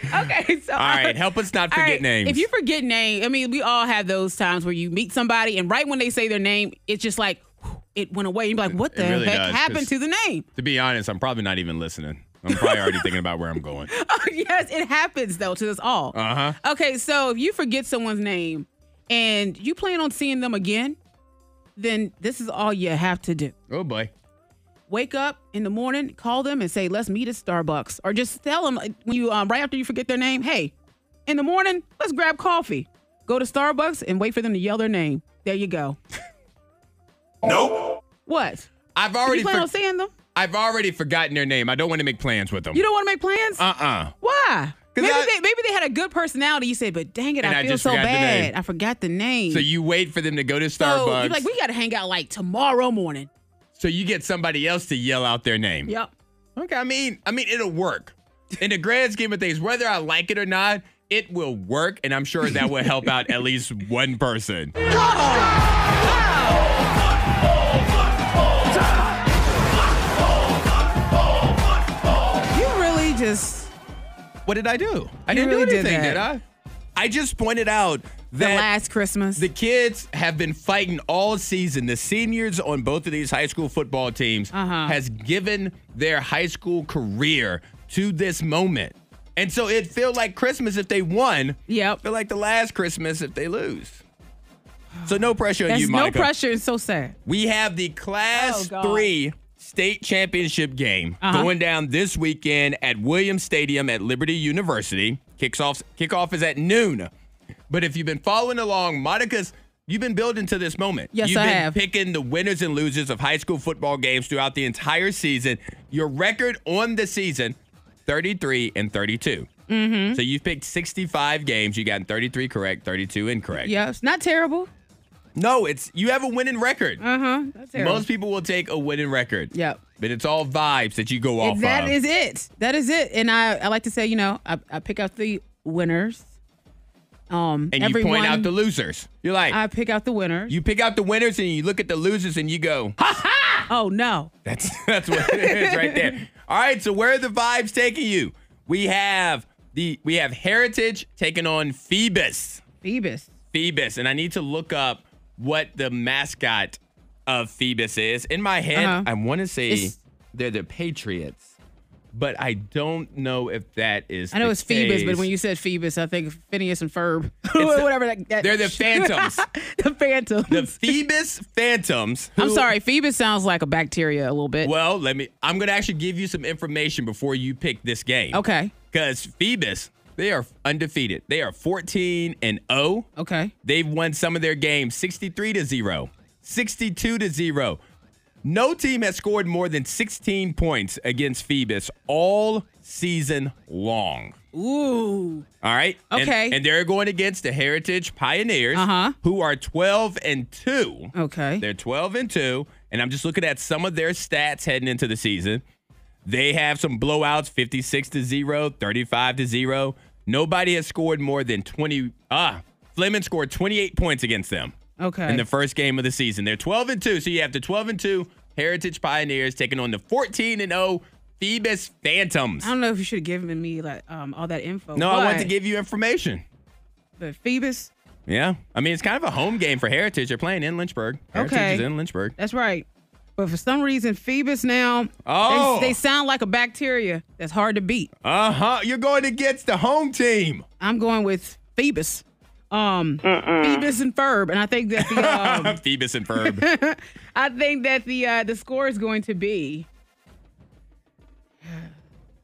Speaker 4: complimenting.
Speaker 6: okay. So,
Speaker 4: All right, help us not forget names.
Speaker 6: If you forget name, I mean, we all have those times where you meet somebody, and right when they say their name, it's just like whew, it went away. You're like, "What the
Speaker 4: really
Speaker 6: heck
Speaker 4: does, 'cause-
Speaker 6: happened to the name?" *laughs*
Speaker 4: to be honest, I'm probably not even listening. I'm probably already thinking about where I'm
Speaker 6: *laughs*
Speaker 4: going.
Speaker 6: Oh, yes, it happens though to us all.
Speaker 4: Uh-huh.
Speaker 6: Okay, so if you forget someone's name and you plan on seeing them again, then this is all you have to do.
Speaker 4: Oh boy.
Speaker 6: Wake up in the morning, call them and say, "Let's meet at Starbucks," or just tell them like, when you um, right after you forget their name, "Hey, in the morning, let's grab coffee." Go to Starbucks and wait for them to yell their name. There you go.
Speaker 5: Nope.
Speaker 6: What?
Speaker 4: I've
Speaker 6: You
Speaker 4: already
Speaker 6: plan
Speaker 4: for-
Speaker 6: on seeing them?
Speaker 4: I've already forgotten their name. I don't want to make plans with them.
Speaker 6: You don't want to make plans?
Speaker 4: uh-uh.
Speaker 6: Why?
Speaker 4: 'Cause
Speaker 6: Maybe,
Speaker 4: I-
Speaker 6: they, maybe they had a good personality. You said, but dang it,
Speaker 4: And
Speaker 6: I
Speaker 4: I
Speaker 6: feel
Speaker 4: just
Speaker 6: so
Speaker 4: forgot the name.
Speaker 6: bad. I forgot the name.
Speaker 4: So you wait for them to go to
Speaker 6: So,
Speaker 4: Starbucks.
Speaker 6: you're like, we got to hang out like tomorrow morning.
Speaker 4: So you get somebody else to yell out their name.
Speaker 6: Yep.
Speaker 4: Okay, I mean, I mean, it'll work. In the grand scheme of things, whether I like it or not, it will work, and I'm sure that will help out at least one person.
Speaker 6: You really just
Speaker 4: What did I do? I
Speaker 6: You
Speaker 4: didn't
Speaker 6: really
Speaker 4: do
Speaker 6: did
Speaker 4: anything,
Speaker 6: that.
Speaker 4: did I? I just pointed out
Speaker 6: the
Speaker 4: that
Speaker 6: last Christmas.
Speaker 4: The kids have been fighting all season. The seniors on both of these high school football teams
Speaker 6: Uh-huh.
Speaker 4: has given their high school career to this moment. And so it feel like Christmas if they won.
Speaker 6: Yep.
Speaker 4: Feel like the last Christmas if they lose. So no pressure on
Speaker 6: That's
Speaker 4: you,
Speaker 6: no
Speaker 4: Monica.
Speaker 6: pressure. It's so sad.
Speaker 4: We have the Class
Speaker 6: Oh, God.
Speaker 4: 3 state championship game
Speaker 6: Uh-huh.
Speaker 4: going down this weekend at Williams Stadium at Liberty University. Kicks off kickoff is at noon. But if you've been following along, Monica's you've been building to this moment.
Speaker 6: Yes,
Speaker 4: you've
Speaker 6: I
Speaker 4: been
Speaker 6: have.
Speaker 4: picking the winners and losers of high school football games throughout the entire season. Your record on the season 33 and 32. Mm-hmm. So you've picked 65 games. You gotten 33 correct, 32 incorrect.
Speaker 6: Yeah, it's not terrible.
Speaker 4: No, it's you have a winning record.
Speaker 6: Uh huh. That's terrible.
Speaker 4: Most people will take a winning record.
Speaker 6: Yep.
Speaker 4: But it's all vibes that you go off
Speaker 6: If that
Speaker 4: of.
Speaker 6: is it. That is it. And I, I like to say, you know, I, I pick out the winners. Um,
Speaker 4: and you
Speaker 6: everyone,
Speaker 4: point out the losers. You're like,
Speaker 6: I pick out the winners.
Speaker 4: you pick out the winners and you look at the losers and you go,
Speaker 6: oh no.
Speaker 4: that's *laughs* that's what it is right
Speaker 6: *laughs*
Speaker 4: there. All right, so where are the vibes taking you? We have the we have Heritage taking on Phoebus.
Speaker 6: Phoebus.
Speaker 4: Phoebus, and I need to look up what the mascot of Phoebus is. In my head,
Speaker 6: Uh-huh.
Speaker 4: I want to say
Speaker 6: It's-
Speaker 4: they're the Patriots, but I don't know if that is.
Speaker 6: I know
Speaker 4: the
Speaker 6: it's Phoebus,
Speaker 4: case.
Speaker 6: but when you said Phoebus, I think Phineas and Ferb. *laughs*
Speaker 4: It's-
Speaker 6: Whatever that, that *laughs*
Speaker 4: They're the Phantoms.
Speaker 6: the Phantoms.
Speaker 4: the *laughs* Phoebus Phantoms.
Speaker 6: I'm
Speaker 4: who-
Speaker 6: sorry, Phoebus sounds like a bacteria a little bit.
Speaker 4: Well, let me. I'm gonna actually give you some information before you pick this game.
Speaker 6: Okay.
Speaker 4: Because Phoebus, they are undefeated. They are 14 and 0.
Speaker 6: Okay.
Speaker 4: They've won some of their games 63 to 0, 62 to 0. No team has scored more than 16 points against Phoebus all season long.
Speaker 6: Ooh.
Speaker 4: All right. And-
Speaker 6: Okay.
Speaker 4: And, they're going against the Heritage Pioneers,
Speaker 6: Uh-huh.
Speaker 4: who are 12 and 2.
Speaker 6: Okay.
Speaker 4: They're 12 and 2. And I'm just looking at some of their stats heading into the season. They have some blowouts 56 to 0, 35 to 0. Nobody has scored more than 20. Ah, Fleming scored 28 points against them
Speaker 6: okay.
Speaker 4: in the first game of the season. They're 12 and 2. So you have the 12 and 2 Heritage Pioneers taking on the 14 and 0 Phoebus Phantoms.
Speaker 6: I don't know if you should have given me like um, all that info.
Speaker 4: No, I want to
Speaker 6: but-
Speaker 4: give you information.
Speaker 6: But Phoebus,
Speaker 4: Yeah. I mean, it's kind of a home game for Heritage. They're playing in Lynchburg. Heritage
Speaker 6: Okay.
Speaker 4: is in Lynchburg.
Speaker 6: that's right. But for some reason, Phoebus now,
Speaker 4: Oh.
Speaker 6: they, they sound like a bacteria that's hard to beat.
Speaker 4: Uh huh. You're going against the home team.
Speaker 6: I'm going with Phoebus. Um, Phoebus and Ferb, and I think that
Speaker 4: *laughs*
Speaker 6: the um,
Speaker 4: Phoebus and
Speaker 6: *laughs*
Speaker 4: Ferb.
Speaker 6: I think that the uh, the score is going to be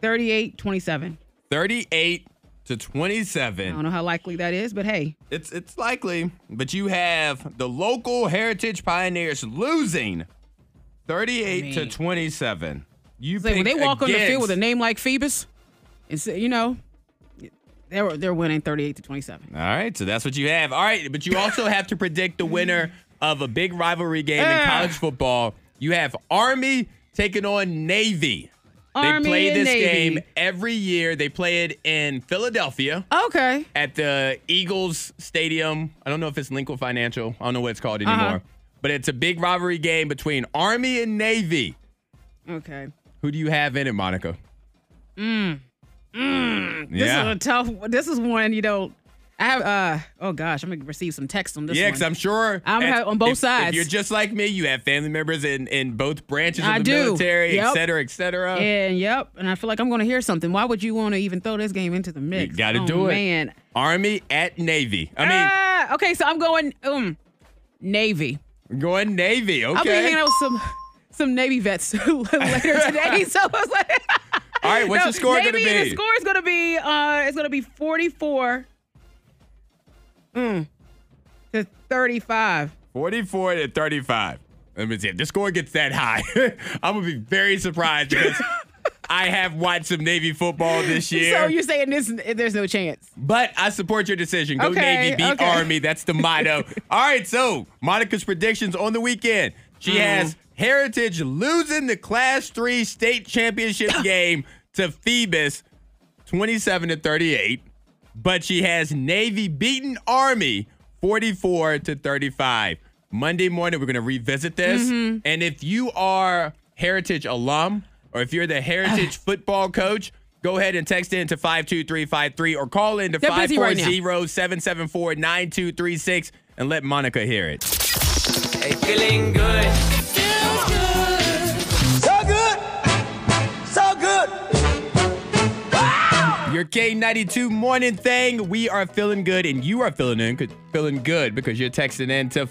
Speaker 6: 38-27.
Speaker 4: 38 to
Speaker 6: I don't
Speaker 4: 27.
Speaker 6: know how likely that is, but hey,
Speaker 4: It's it's likely, but you have the local Heritage Pioneers losing 38 to
Speaker 6: mean-
Speaker 4: 27. You
Speaker 6: It's like when
Speaker 4: picked
Speaker 6: they walk on the field
Speaker 4: against-
Speaker 6: with a name like Phoebus, it's you know, They're they're winning 38 to 27.
Speaker 4: All right, so that's what you have. All right, but you also have to predict the winner of a big rivalry game
Speaker 6: Ah.
Speaker 4: in college football. You have Army taking on Navy.
Speaker 6: Army
Speaker 4: they play
Speaker 6: and
Speaker 4: this
Speaker 6: Navy.
Speaker 4: game every year. They play it in Philadelphia
Speaker 6: Okay.
Speaker 4: at the Eagles Stadium. I don't know if it's Lincoln Financial. I don't know what it's
Speaker 6: Uh-huh.
Speaker 4: called anymore. But it's a big rivalry game between Army and Navy.
Speaker 6: Okay.
Speaker 4: Who do you have in it, Monica? Mm. Mm.
Speaker 6: This
Speaker 4: yeah.
Speaker 6: is a tough this is one, you know, I have uh oh gosh, I'm gonna receive some texts on this
Speaker 4: Yeah,
Speaker 6: one.
Speaker 4: because I'm sure
Speaker 6: I'm
Speaker 4: if-
Speaker 6: ha- on both
Speaker 4: if-
Speaker 6: sides.
Speaker 4: If you're just like me, you have family members in, in both branches
Speaker 6: I
Speaker 4: of the
Speaker 6: do.
Speaker 4: military,
Speaker 6: Yep.
Speaker 4: et cetera, et cetera.
Speaker 6: and yep, and I feel like I'm gonna hear something. Why would you want to even throw this game into the
Speaker 4: you
Speaker 6: mix?
Speaker 4: got to
Speaker 6: Oh,
Speaker 4: do it.
Speaker 6: Man.
Speaker 4: Army at Navy. I mean,
Speaker 6: Ah, okay, so I'm going um Navy.
Speaker 4: going Navy. Okay.
Speaker 6: I'll be hanging out with some some Navy vets *laughs* later
Speaker 4: *laughs*
Speaker 6: today. So I was like,
Speaker 4: All right, what's
Speaker 6: no,
Speaker 4: the score going to be?
Speaker 6: Navy, The score is gonna be uh, it's gonna be forty four mm, to thirty five.
Speaker 4: 44 to 35. Let me see. If the score gets that high, *laughs* I'm going to be very surprised
Speaker 6: *laughs*
Speaker 4: because I have watched some Navy football this year.
Speaker 6: So you're saying this? There's no chance.
Speaker 4: But I support your decision. Go
Speaker 6: Okay,
Speaker 4: Navy, beat
Speaker 6: okay.
Speaker 4: Army. That's the
Speaker 6: *laughs*
Speaker 4: motto. All right, so Monica's predictions on the weekend. She
Speaker 6: Mm-hmm.
Speaker 4: has Heritage losing the Class 3 state
Speaker 6: *coughs*
Speaker 4: championship game to Phoebus 27 to 38, but she has Navy beaten Army 44 to 35. Monday morning, we're going to revisit this.
Speaker 6: Mm-hmm.
Speaker 4: And if you are Heritage alum or if you're the
Speaker 6: *sighs*
Speaker 4: Heritage football coach, go ahead and text in to 52353 or call in to
Speaker 6: They're busy right now.
Speaker 4: 540 774 9236 and let Monica hear it.
Speaker 5: Hey, feeling good. So good. So good.
Speaker 4: Your K92 morning thing. We are feeling good, and you are feeling in, feeling good because you're texting in to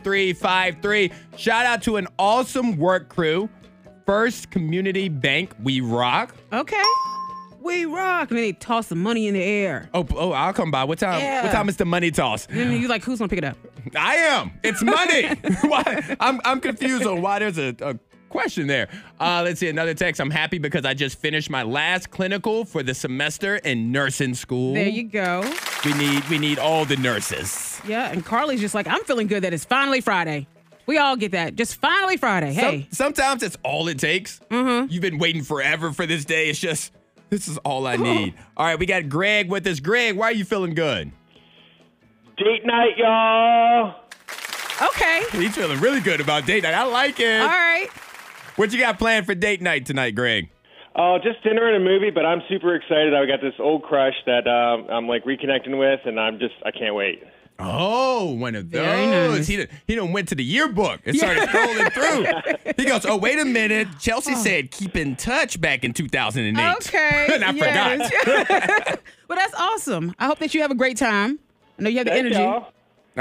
Speaker 4: 52353. Shout out to an awesome work crew. First Community Bank, we rock.
Speaker 6: Okay, we rock. And then they toss some money in the air.
Speaker 4: Oh, oh, I'll come by. What time?
Speaker 6: Yeah.
Speaker 4: What time is the money toss?
Speaker 6: And then you're like, who's gonna pick it up?
Speaker 4: I am. It's
Speaker 6: *laughs*
Speaker 4: money. *laughs* why? I'm, I'm confused on why there's a, a question there. Uh, let's see another text. I'm happy because I just finished my last clinical for the semester in nursing school.
Speaker 6: There you go.
Speaker 4: we need we need all the nurses.
Speaker 6: Yeah, and Carly's just like, I'm feeling good that it's finally Friday. We all get that. Just finally Friday.
Speaker 4: Some-
Speaker 6: Hey, Mm-hmm.
Speaker 4: sometimes it's all it takes. You've been waiting forever for this day. It's just, this is all I
Speaker 6: *laughs*
Speaker 4: need. All right, we got Greg with us. Greg, why are you feeling good?
Speaker 2: Date night, y'all.
Speaker 6: okay,
Speaker 4: He's feeling really good about date night. I like it.
Speaker 6: all right.
Speaker 4: What you got planned for date night tonight, Greg?
Speaker 2: Oh, just dinner and a movie, but I'm super excited. I got this old crush that um, I'm like reconnecting with, and I'm just I can't wait.
Speaker 4: Oh, one of those.
Speaker 6: Very nice.
Speaker 4: He, done, he done went to the yearbook and started scrolling
Speaker 6: *laughs*
Speaker 4: through. He goes, oh, wait a minute. Chelsea said keep in touch back in 2008.
Speaker 6: Oh. *laughs* Okay.
Speaker 4: *laughs* and I forgot.
Speaker 6: forgot. *laughs* well, that's awesome. I hope that you have a great time. I know you have the
Speaker 2: Thanks,
Speaker 6: energy.
Speaker 2: y'all.
Speaker 4: All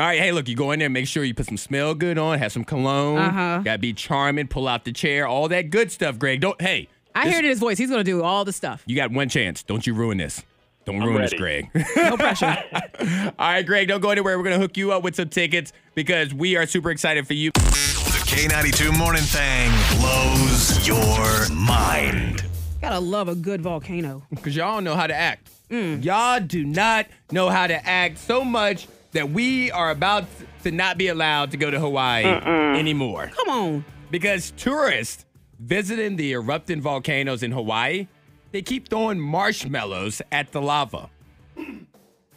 Speaker 4: right, hey, look, you go in there, make sure you put some smell good on, have some cologne,
Speaker 6: Uh-huh.
Speaker 4: gotta be charming, pull out the chair, all that good stuff, Greg. Don't, hey,
Speaker 6: I
Speaker 4: this-
Speaker 6: hear it in his voice. He's going to do all the stuff.
Speaker 4: You got one chance. Don't you ruin this. Don't ruin this,
Speaker 2: ready.
Speaker 4: Greg. no pressure. *laughs* all right, Greg, don't go anywhere. We're gonna hook you up with some tickets because we are super excited for you.
Speaker 7: The K92 Morning Thing blows your mind.
Speaker 6: Got to love a good volcano.
Speaker 4: because y'all don't know how to act.
Speaker 6: Mm.
Speaker 4: Y'all do not know how to act so much that we are about to not be allowed to go to Hawaii anymore.
Speaker 6: Come on.
Speaker 4: Because tourists visiting the erupting volcanoes in Hawaii, they keep throwing marshmallows at the lava.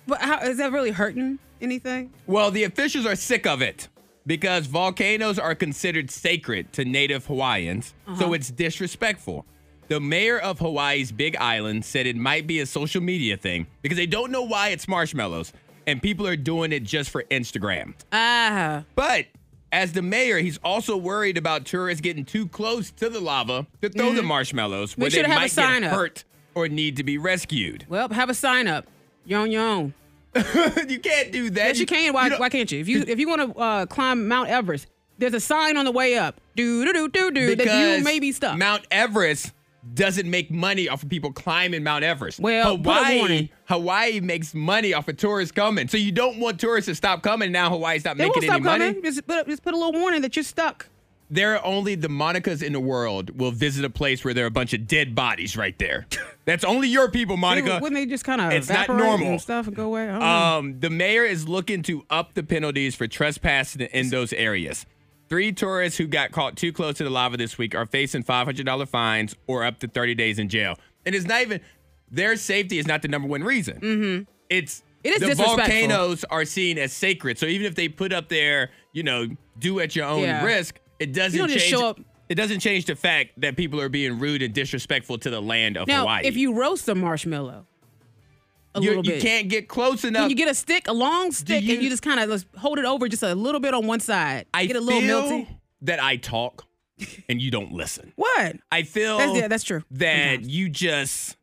Speaker 6: But how, is that really hurting anything?
Speaker 4: Well, the officials are sick of it because volcanoes are considered sacred to native Hawaiians, so it's disrespectful. The mayor of Hawaii's Big Island said it might be a social media thing because they don't know why it's marshmallows and people are doing it just for Instagram.
Speaker 6: Ah,
Speaker 4: But as the mayor, he's also worried about tourists getting too close to the lava to throw
Speaker 6: Mm-hmm.
Speaker 4: the marshmallows where
Speaker 6: should
Speaker 4: they
Speaker 6: have a
Speaker 4: might
Speaker 6: sign
Speaker 4: get
Speaker 6: up.
Speaker 4: hurt or need to be rescued.
Speaker 6: well, have a sign up. You're on your own.
Speaker 4: *laughs* you can't do that.
Speaker 6: Yes, you can. Why,
Speaker 4: don't-
Speaker 6: why can't you? If you if you want to uh, climb Mount Everest, there's a sign on the way up. Do do do do do. That you may be stuck.
Speaker 4: Mount Everest doesn't make money off of people climbing Mount Everest.
Speaker 6: Well, put a warning.
Speaker 4: Hawaii, Hawaii makes money off of tourists coming. So you don't want tourists to stop coming. Now Hawaii's not
Speaker 6: they
Speaker 4: making
Speaker 6: won't
Speaker 4: any
Speaker 6: stop
Speaker 4: money.
Speaker 6: coming. Just put, just put a little warning that you're stuck.
Speaker 4: There are only the Monica's in the world will visit a place where there are a bunch of dead bodies right
Speaker 6: *laughs*
Speaker 4: there. That's only your people, Monica.
Speaker 6: Wouldn't they just kind of
Speaker 4: it's not
Speaker 6: evaporate
Speaker 4: normal.
Speaker 6: and stuff and go away? I don't know.
Speaker 4: Um, the mayor is looking to up the penalties for trespassing in those areas. Three tourists who got caught too close to the lava this week are facing $500 fines or up to 30 days in jail. And it's not even their safety is not the number one reason. Mm-hmm. It's
Speaker 6: It is
Speaker 4: the
Speaker 6: disrespectful.
Speaker 4: volcanoes are seen as sacred. So even if they put up their, you know, do at your own
Speaker 6: Yeah.
Speaker 4: risk, it doesn't
Speaker 6: don't
Speaker 4: change.
Speaker 6: just show up-
Speaker 4: It doesn't change the fact that people are being rude and disrespectful to the land of
Speaker 6: now,
Speaker 4: Hawaii.
Speaker 6: if you roast a marshmallow a
Speaker 4: you,
Speaker 6: little
Speaker 4: you
Speaker 6: bit,
Speaker 4: can't get close enough.
Speaker 6: Can you get a stick, a long stick,
Speaker 4: you-
Speaker 6: and you just kind of just hold it over just a little bit on one side?
Speaker 4: I
Speaker 6: get a little
Speaker 4: feel
Speaker 6: melty.
Speaker 4: that I talk and you don't listen.
Speaker 6: What?
Speaker 4: I feel
Speaker 6: That's- yeah, that's true.
Speaker 4: That
Speaker 6: Sometimes.
Speaker 4: you just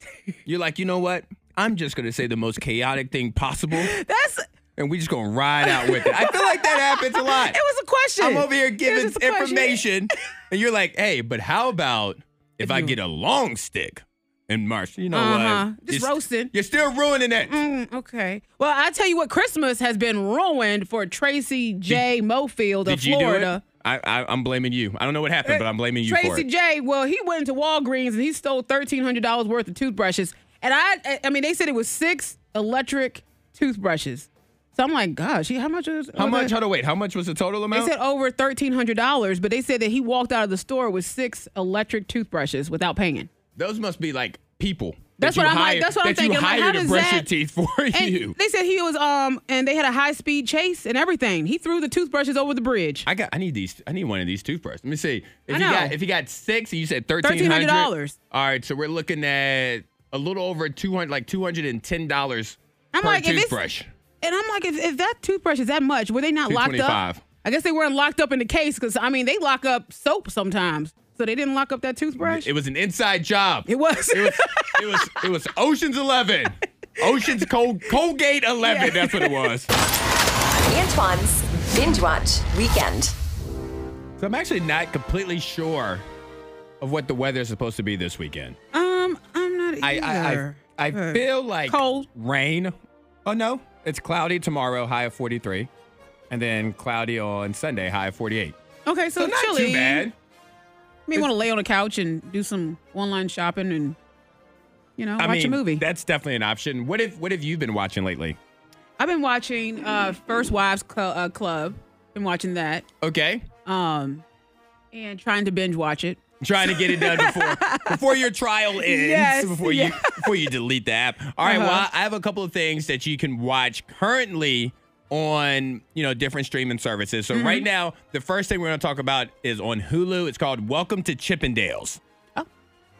Speaker 4: you're like, you know what? I'm just gonna say the most chaotic thing possible,
Speaker 6: That's it
Speaker 4: and we just gonna ride out with it. I feel like that
Speaker 6: *laughs*
Speaker 4: happens a lot.
Speaker 6: was a question.
Speaker 4: I'm over here
Speaker 6: It was
Speaker 4: giving
Speaker 6: just a question.
Speaker 4: information, and you're like, hey, but how about if, I get a long stick and march? You know
Speaker 6: Uh-huh.
Speaker 4: what?
Speaker 6: Just
Speaker 4: You're st-
Speaker 6: roasting.
Speaker 4: You're still ruining it.
Speaker 6: Mm, okay. Well, I tell you what, Christmas has been ruined for Tracy J. Mofield of
Speaker 4: Did you do it?
Speaker 6: Florida.
Speaker 4: I, I, I'm blaming you. I don't know what happened, but I'm blaming you for
Speaker 6: Tracy
Speaker 4: it.
Speaker 6: J. Well, he went into Walgreens and he stole thirteen hundred dollars worth of toothbrushes. And I, I- I mean, they said it was six electric toothbrushes. So I'm like, gosh, he- how much is
Speaker 4: How
Speaker 6: was
Speaker 4: much?
Speaker 6: that?
Speaker 4: Hold on, wait. How much was the total
Speaker 6: They
Speaker 4: amount?
Speaker 6: said over thirteen hundred dollars, but they said that he walked out of the store with six electric toothbrushes
Speaker 4: *laughs*
Speaker 6: without paying.
Speaker 4: Those must be like people. that
Speaker 6: That's what
Speaker 4: you
Speaker 6: I'm like-
Speaker 4: hire-
Speaker 6: that's what I'm
Speaker 4: that
Speaker 6: thinking.
Speaker 4: You
Speaker 6: I'm like,
Speaker 4: hire
Speaker 6: how
Speaker 4: to
Speaker 6: does
Speaker 4: brush your
Speaker 6: that-
Speaker 4: teeth for
Speaker 6: *laughs* And
Speaker 4: you.
Speaker 6: they said he was um, and they had a high speed chase and everything. He threw the toothbrushes over the bridge.
Speaker 4: I got. I need these. I need one of these toothbrushes. Let me see. If
Speaker 6: I
Speaker 4: you
Speaker 6: know.
Speaker 4: got, if you got six, and you said thirteen hundred
Speaker 6: $1,300.
Speaker 4: All right, so we're looking at a little over two hundred, like two hundred and ten dollars per
Speaker 6: I'm like, if it's-
Speaker 4: toothbrush.
Speaker 6: And I'm like, if, if that toothbrush is that much, were they not locked up?
Speaker 4: $225.
Speaker 6: I guess they weren't locked up in the case because I mean they lock up soap sometimes, so they didn't lock up that toothbrush.
Speaker 4: It was an inside job.
Speaker 6: It was.
Speaker 4: It was. it was. It
Speaker 6: *laughs*
Speaker 4: was Ocean's Eleven. Ocean's Col- Colgate Eleven. That's what it
Speaker 6: *laughs*
Speaker 4: was.
Speaker 1: Antoine's Binge Watch Weekend.
Speaker 4: So I'm actually not completely sure of what the weather is supposed to be this weekend.
Speaker 6: um, I'm not
Speaker 4: I I,
Speaker 6: either.
Speaker 4: I, I
Speaker 6: Uh,
Speaker 4: feel like
Speaker 6: cold.
Speaker 4: rain. Oh no, it's cloudy tomorrow, high of 43, and then cloudy on Sunday, high of 48.
Speaker 6: Okay, so,
Speaker 4: So not
Speaker 6: chilly.
Speaker 4: too bad.
Speaker 6: May want to lay on a couch and do some online shopping and you know
Speaker 4: I
Speaker 6: watch
Speaker 4: mean,
Speaker 6: a movie.
Speaker 4: That's definitely an option. What if what have you been watching lately?
Speaker 6: I've been watching uh, First Wives Cl- uh, Club. Been watching that
Speaker 4: Okay,
Speaker 6: um, and trying to binge watch it.
Speaker 4: trying to get it done before
Speaker 6: *laughs*
Speaker 4: before your trial ends.
Speaker 6: Yes, Uh-huh.
Speaker 4: before you before you delete the app. All right, Well, I have a couple of things that you can watch currently on you know different streaming services. So
Speaker 6: Mm-hmm.
Speaker 4: right now, the first thing we're going to talk about is on Hulu. It's called Welcome to Chippendales.
Speaker 6: Oh.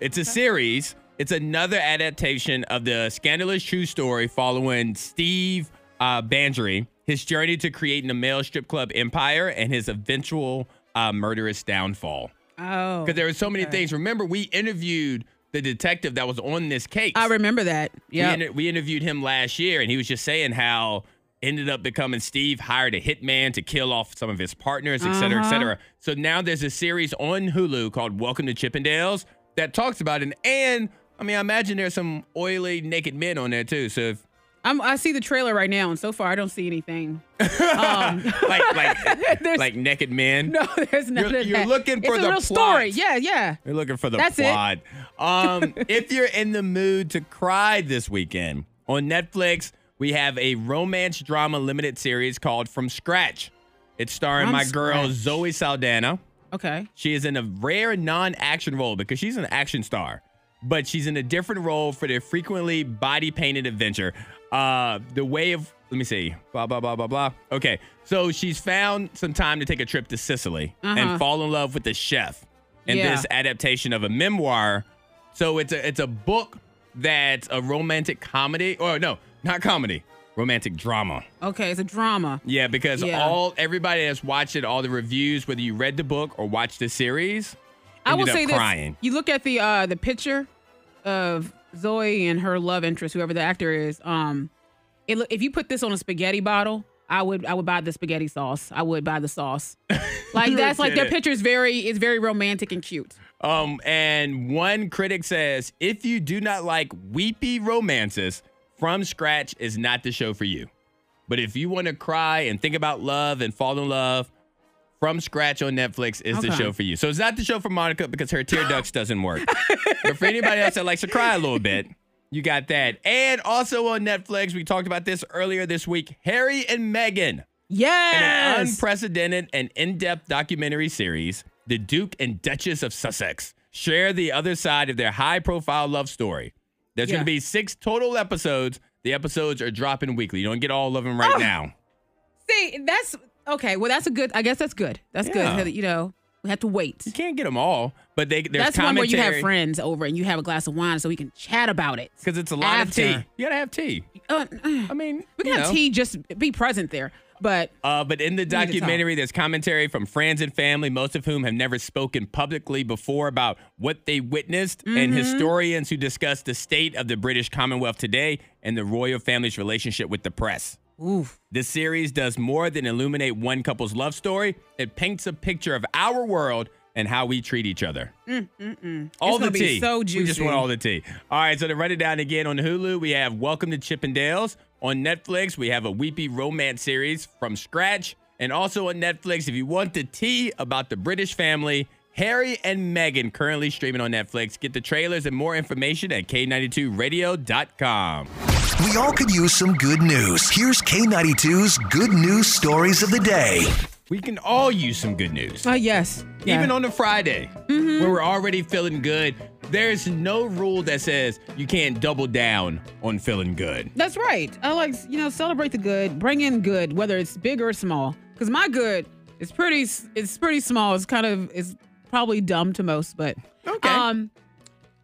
Speaker 4: It's a series. It's another adaptation of the scandalous true story following Steve uh, Bandry, his journey to creating a male strip club empire and his eventual uh, murderous downfall
Speaker 6: Oh,
Speaker 4: because there were so many things. Remember, we interviewed the detective that was on this case.
Speaker 6: I remember that.
Speaker 4: We,
Speaker 6: Yeah,
Speaker 4: inter- we interviewed him last year, and he was just saying how ended up becoming Steve hired a hitman to kill off some of his partners, et cetera,
Speaker 6: Uh-huh.
Speaker 4: et cetera. So now there's a series on Hulu called Welcome to Chippendales that talks about it. And I mean, I imagine there's some oily naked men on there too. So if
Speaker 6: I'm, I see the trailer right now, and so far I don't see anything. *laughs*
Speaker 4: like like
Speaker 6: There's-
Speaker 4: like naked men,
Speaker 6: No, there's nothing.
Speaker 4: you're looking for
Speaker 6: it's
Speaker 4: the
Speaker 6: a real story.
Speaker 4: plot.
Speaker 6: Yeah, yeah.
Speaker 4: You're looking for the
Speaker 6: That's it.
Speaker 4: plot.
Speaker 6: *laughs*
Speaker 4: Um, if you're in the mood to cry this weekend, on Netflix, we have a romance drama limited series called From Scratch. It's starring
Speaker 6: From
Speaker 4: my girl
Speaker 6: Scratch.
Speaker 4: Zoe Saldana.
Speaker 6: Okay.
Speaker 4: She is in a rare non action role because she's an action star, but she's in a different role for their frequently body painted adventure. Uh, the way of, let me see, blah, blah, blah, blah, blah. Okay. So she's found some time to take a trip to Sicily
Speaker 6: Uh-huh.
Speaker 4: and fall in love with the chef in
Speaker 6: Yeah.
Speaker 4: this adaptation of a memoir. So it's a, it's a book that's a romantic comedy, or no, not comedy, romantic drama.
Speaker 6: Okay, it's a drama.
Speaker 4: Yeah, because
Speaker 6: Yeah.
Speaker 4: all everybody that's watched it, all the reviews, whether you read the book or watched the series,
Speaker 6: I will
Speaker 4: ended up
Speaker 6: say
Speaker 4: crying.
Speaker 6: this: you look at the uh, the picture of Zoe and her love interest, whoever the actor is. Um, it, look- if you put this on a spaghetti bottle, I would I would buy the spaghetti sauce. I would buy
Speaker 4: *laughs*
Speaker 6: the sauce. Like
Speaker 4: You
Speaker 6: that's like their
Speaker 4: kidding.
Speaker 6: picture is very is very romantic and cute.
Speaker 4: Um, and one critic says, if you do not like weepy romances, From Scratch is not the show for you. But if you want to cry and think about love and fall in love, From Scratch on Netflix is the
Speaker 6: Okay.
Speaker 4: show for you. So it's not the show for Monica because her tear ducts doesn't work. but for anybody else that likes to cry a little bit, you got that. And also on Netflix, we talked about this earlier this week Harry and Meghan.
Speaker 6: Yes.
Speaker 4: An unprecedented and in depth documentary series, the Duke and Duchess of Sussex share the other side of their high profile love story. There's
Speaker 6: Yeah.
Speaker 4: going to be six total episodes. The episodes are dropping weekly. You don't get all of them right now.
Speaker 6: See, that's okay. Well, that's a good. I guess that's good. That's
Speaker 4: Yeah.
Speaker 6: good. You know, we have to wait.
Speaker 4: You can't get them all, but they there's
Speaker 6: that's one where you have friends over and you have a glass of wine so we can chat about it.
Speaker 4: because it's a lot of
Speaker 6: after.
Speaker 4: tea. You gotta have tea.
Speaker 6: Uh,
Speaker 4: I mean,
Speaker 6: we can
Speaker 4: you
Speaker 6: have
Speaker 4: know.
Speaker 6: tea. Just be present there. But
Speaker 4: Uh, but in the
Speaker 6: need to talk.
Speaker 4: documentary, there's commentary from friends and family, most of whom have never spoken publicly before about what they witnessed, and
Speaker 6: Mm-hmm.
Speaker 4: historians who discuss the state of the British Commonwealth today and the royal family's relationship with the press.
Speaker 6: oof,
Speaker 4: This series does more than illuminate one couple's love story, it paints a picture of our world and how we treat each other. All
Speaker 6: Mm, It's
Speaker 4: the
Speaker 6: gonna be
Speaker 4: tea.
Speaker 6: so
Speaker 4: We just
Speaker 6: juicy.
Speaker 4: want all the tea. All right, so to run it down again on Hulu, we have Welcome to Chippendales. On Netflix, we have a weepy romance series from scratch. And also on Netflix, if you want the tea about the British family, Harry and Meghan currently streaming on Netflix. Get the trailers and more information at K92radio.com.
Speaker 7: We all could use some good news. Here's K92's good news stories of the day.
Speaker 4: We can all use some good news.
Speaker 6: uh, yes, yeah. Mm-hmm.
Speaker 4: Even on a Friday, where we're already feeling good, there's no rule that says you can't double down on feeling good.
Speaker 6: That's right. I like you know celebrate the good, bring in good, whether it's big or small. Because my good is pretty. s- It's pretty small. It's kind of it's probably dumb to most, but
Speaker 4: Okay.
Speaker 6: Um,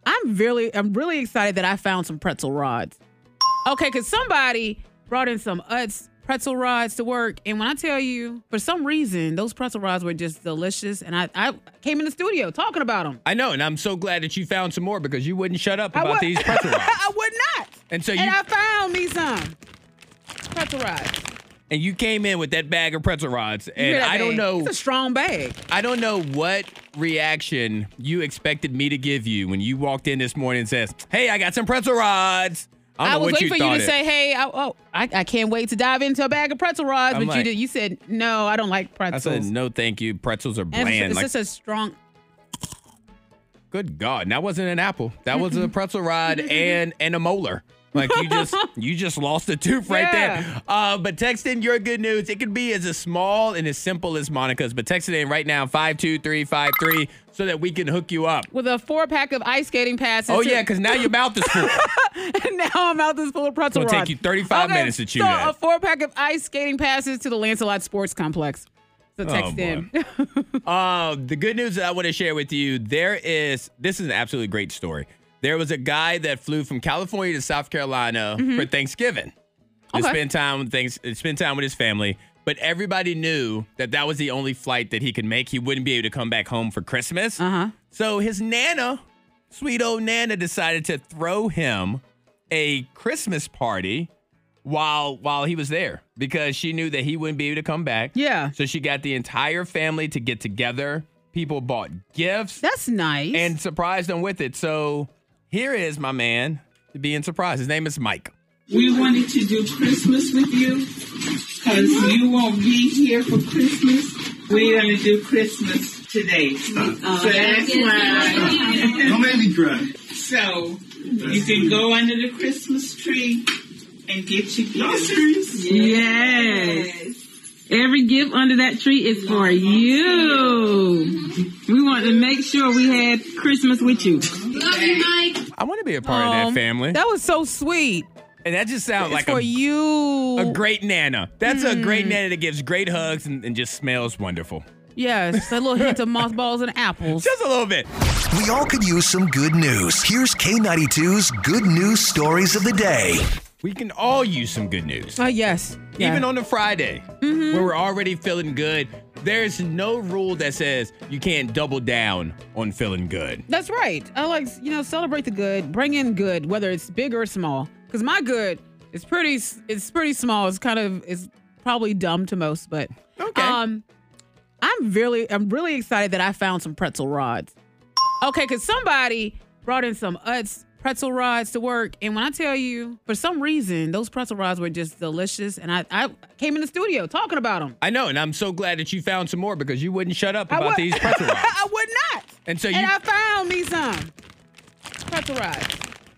Speaker 6: I'm really I'm really excited that I found some pretzel rods. Okay, because somebody brought in some Utz pretzel rods to work, and when I tell you, for some reason, those pretzel rods were just delicious, and I I came in the studio talking about them.
Speaker 4: I know, and I'm so glad that you found some more because you wouldn't shut up
Speaker 6: I
Speaker 4: about
Speaker 6: would- *laughs*
Speaker 4: these pretzel rods.
Speaker 6: I would not.
Speaker 4: And so
Speaker 6: and
Speaker 4: you-
Speaker 6: I found me some pretzel rods.
Speaker 4: and you came in with that bag of pretzel rods,
Speaker 6: You hear
Speaker 4: and
Speaker 6: that
Speaker 4: I don't
Speaker 6: bag?
Speaker 4: know,
Speaker 6: It's a strong bag.
Speaker 4: I don't know what reaction you expected me to give you when you walked in this morning and says, "Hey, I got some pretzel rods." I, don't
Speaker 6: I
Speaker 4: know what
Speaker 6: was waiting for
Speaker 4: you
Speaker 6: you
Speaker 4: thought
Speaker 6: to
Speaker 4: it-
Speaker 6: say, "Hey, I, oh, I, I can't wait to dive into a bag of pretzel rods,"
Speaker 4: I'm
Speaker 6: but
Speaker 4: like-
Speaker 6: you did. You said, "No, I don't like
Speaker 4: I
Speaker 6: pretzels."
Speaker 4: said, "No, thank you. Pretzels are
Speaker 6: And
Speaker 4: bland."
Speaker 6: it's, it's
Speaker 4: Like,
Speaker 6: just a strong.
Speaker 4: Good God, and that wasn't an apple. That was a pretzel rod and and a molar. Like you just you just lost a tooth right
Speaker 6: Yeah.
Speaker 4: there. Uh, but text in your good news. It could be as a small and as simple as Monica's. But text it in right now five two three five three so that we can hook you up.
Speaker 6: With a four pack of ice skating passes.
Speaker 4: Oh
Speaker 6: to-
Speaker 4: yeah,
Speaker 6: *laughs*
Speaker 4: because now your mouth is full.
Speaker 6: now I'm out this full of pretzel
Speaker 4: It's
Speaker 6: rods.
Speaker 4: gonna take you 35 minutes to chew
Speaker 6: So
Speaker 4: that.
Speaker 6: a four pack of ice skating passes to the Lancelot Sports Complex. So
Speaker 4: Oh,
Speaker 6: text
Speaker 4: boy.
Speaker 6: in.
Speaker 4: Uh, the good news that I want to share with you there is this is an absolutely great story. There was a guy that flew from California to South Carolina for Thanksgiving to
Speaker 6: Mm-hmm. Okay.
Speaker 4: spend time with things, to spend time with his family. But everybody knew that that was the only flight that he could make. He wouldn't be able to come back home for Christmas.
Speaker 6: Uh-huh.
Speaker 4: So his nana, sweet old nana, decided to throw him a Christmas party while while he was there because she knew that he wouldn't be able to come back.
Speaker 6: Yeah.
Speaker 4: So she got the entire family to get together. People bought gifts
Speaker 6: *laughs* That's nice.
Speaker 4: and surprised them with it. So here is my man being surprised. His name is Mike.
Speaker 8: We wanted to do Christmas with you because you won't be here for Christmas. We're going to do Christmas today. so that's why.
Speaker 9: Don't make me cry.
Speaker 8: so you can go under the Christmas tree and get your gifts. Yes. Every gift under that tree is for you. We want to make sure we had Christmas with you.
Speaker 4: I want to be a part of
Speaker 6: Um,
Speaker 4: that family.
Speaker 6: That was so sweet.
Speaker 4: and that just sounds
Speaker 6: It's
Speaker 4: like
Speaker 6: for
Speaker 4: a,
Speaker 6: you. Hmm.
Speaker 4: a great nana. That's a great nana that gives great hugs and, and just smells wonderful.
Speaker 6: yes, just a little hint
Speaker 4: *laughs*
Speaker 6: of mothballs and apples.
Speaker 4: Just a little bit.
Speaker 7: We all could use some good news. Here's K92's good news stories of the day.
Speaker 4: We can all use some good news.
Speaker 6: Uh, yes. Yeah. Mm-hmm.
Speaker 4: Even on a Friday, where we're already feeling good, there's no rule that says you can't double down on feeling good.
Speaker 6: That's right. I like, you know, celebrate the good, bring in good, whether it's big or small. Because my good is pretty, it's pretty small. It's kind of, it's probably dumb to most, but
Speaker 4: Okay.
Speaker 6: um, I'm really, I'm really excited that I found some pretzel rods. Okay, because somebody brought in some Utz pretzel rods to work. And when I tell you, for some reason, those pretzel rods were just delicious. And I, I came in the studio talking about them.
Speaker 4: I know, and I'm so glad that you found some more because you wouldn't shut up
Speaker 6: I
Speaker 4: about
Speaker 6: would, *laughs*
Speaker 4: these pretzel rods.
Speaker 6: I would not.
Speaker 4: And so
Speaker 6: and
Speaker 4: you-
Speaker 6: I found me some pretzel rods.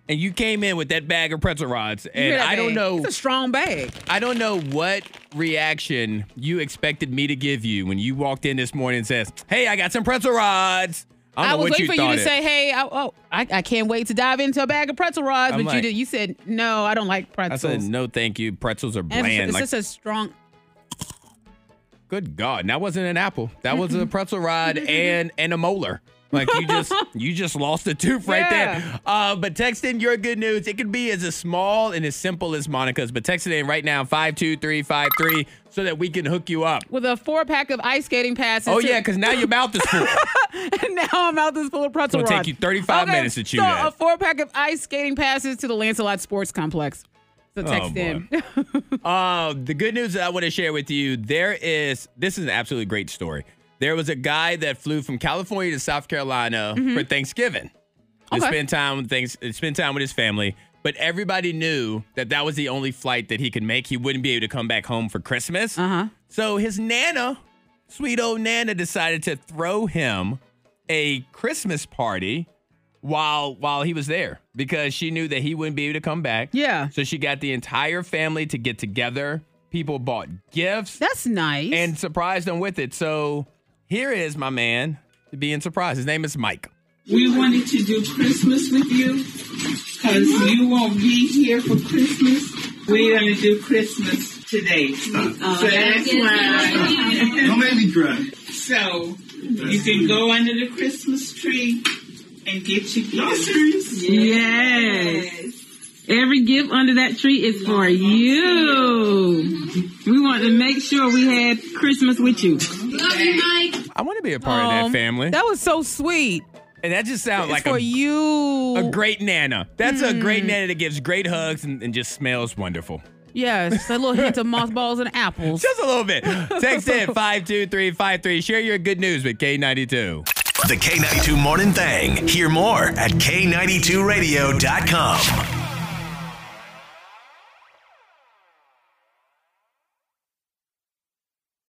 Speaker 4: and you came in with that bag of pretzel rods,
Speaker 6: You hear
Speaker 4: and
Speaker 6: that
Speaker 4: I don't
Speaker 6: bag?
Speaker 4: know,
Speaker 6: It's a strong bag.
Speaker 4: I don't know what reaction you expected me to give you when you walked in this morning and says, "Hey, I got some pretzel rods." I, don't
Speaker 6: I
Speaker 4: know
Speaker 6: was
Speaker 4: what
Speaker 6: waiting for you
Speaker 4: thought
Speaker 6: to
Speaker 4: it-
Speaker 6: say, "Hey, I, oh, I, I can't wait to dive into a bag of pretzel rods,"
Speaker 4: I'm
Speaker 6: but you
Speaker 4: like-
Speaker 6: did. You said, "No, I don't like
Speaker 4: I
Speaker 6: pretzels."
Speaker 4: said, "No, thank you. Pretzels are
Speaker 6: and
Speaker 4: bland."
Speaker 6: it's, it's
Speaker 4: like,
Speaker 6: just a strong.
Speaker 4: good God, and that wasn't an apple. That was a pretzel rod and and a molar. Like you just you just lost a tooth right
Speaker 6: Yeah.
Speaker 4: there. Uh, but text in your good news. It could be as, as small and as simple as Monica's. But text it in right now five two three five three so that we can hook you up.
Speaker 6: With a four pack of ice skating passes.
Speaker 4: Oh
Speaker 6: to- *laughs*
Speaker 4: yeah, because now your mouth is full.
Speaker 6: now my mouth is full of pretzel
Speaker 4: It's gonna
Speaker 6: rods.
Speaker 4: take you 35
Speaker 6: Okay,
Speaker 4: minutes to chew
Speaker 6: So
Speaker 4: that.
Speaker 6: a four pack of ice skating passes to the Lancelot Sports Complex. So text
Speaker 4: Oh, boy.
Speaker 6: in.
Speaker 4: Uh, the good news that I want to share with you there is this is an absolutely great story. There was a guy that flew from California to South Carolina for Thanksgiving to
Speaker 6: Mm-hmm. Okay.
Speaker 4: spend time with things, spend time with his family. But everybody knew that that was the only flight that he could make. He wouldn't be able to come back home for Christmas. Uh-huh. So his nana, sweet old nana, decided to throw him a Christmas party while while he was there because she knew that he wouldn't be able to come back.
Speaker 6: Yeah.
Speaker 4: So she got the entire family to get together. People bought gifts
Speaker 6: *laughs* That's nice.
Speaker 4: and surprised them with it. So here is my man being surprised. His name is Mike.
Speaker 8: We wanted to do Christmas with you because you won't be here for Christmas. We're going to do Christmas today. so that's why.
Speaker 9: Don't make me cry.
Speaker 8: so you can go under the Christmas tree and get your gifts.
Speaker 10: Yes. Every gift under that tree is for you. We want to make sure we had Christmas with you.
Speaker 3: Love you, Mike.
Speaker 4: I want to be a part of that
Speaker 6: Um,
Speaker 4: family.
Speaker 6: That was so sweet.
Speaker 4: and that just sounds like
Speaker 6: it's for
Speaker 4: a,
Speaker 6: you. Hmm.
Speaker 4: a great nana. That's a great nana that gives great hugs and, and just smells wonderful.
Speaker 6: yes, a little hint of mothballs and apples.
Speaker 4: Just a little bit. Text
Speaker 6: *laughs*
Speaker 4: in 52353. Share your good news with K92.
Speaker 7: The K92 Morning Thing. Hear more at K92Radio.com.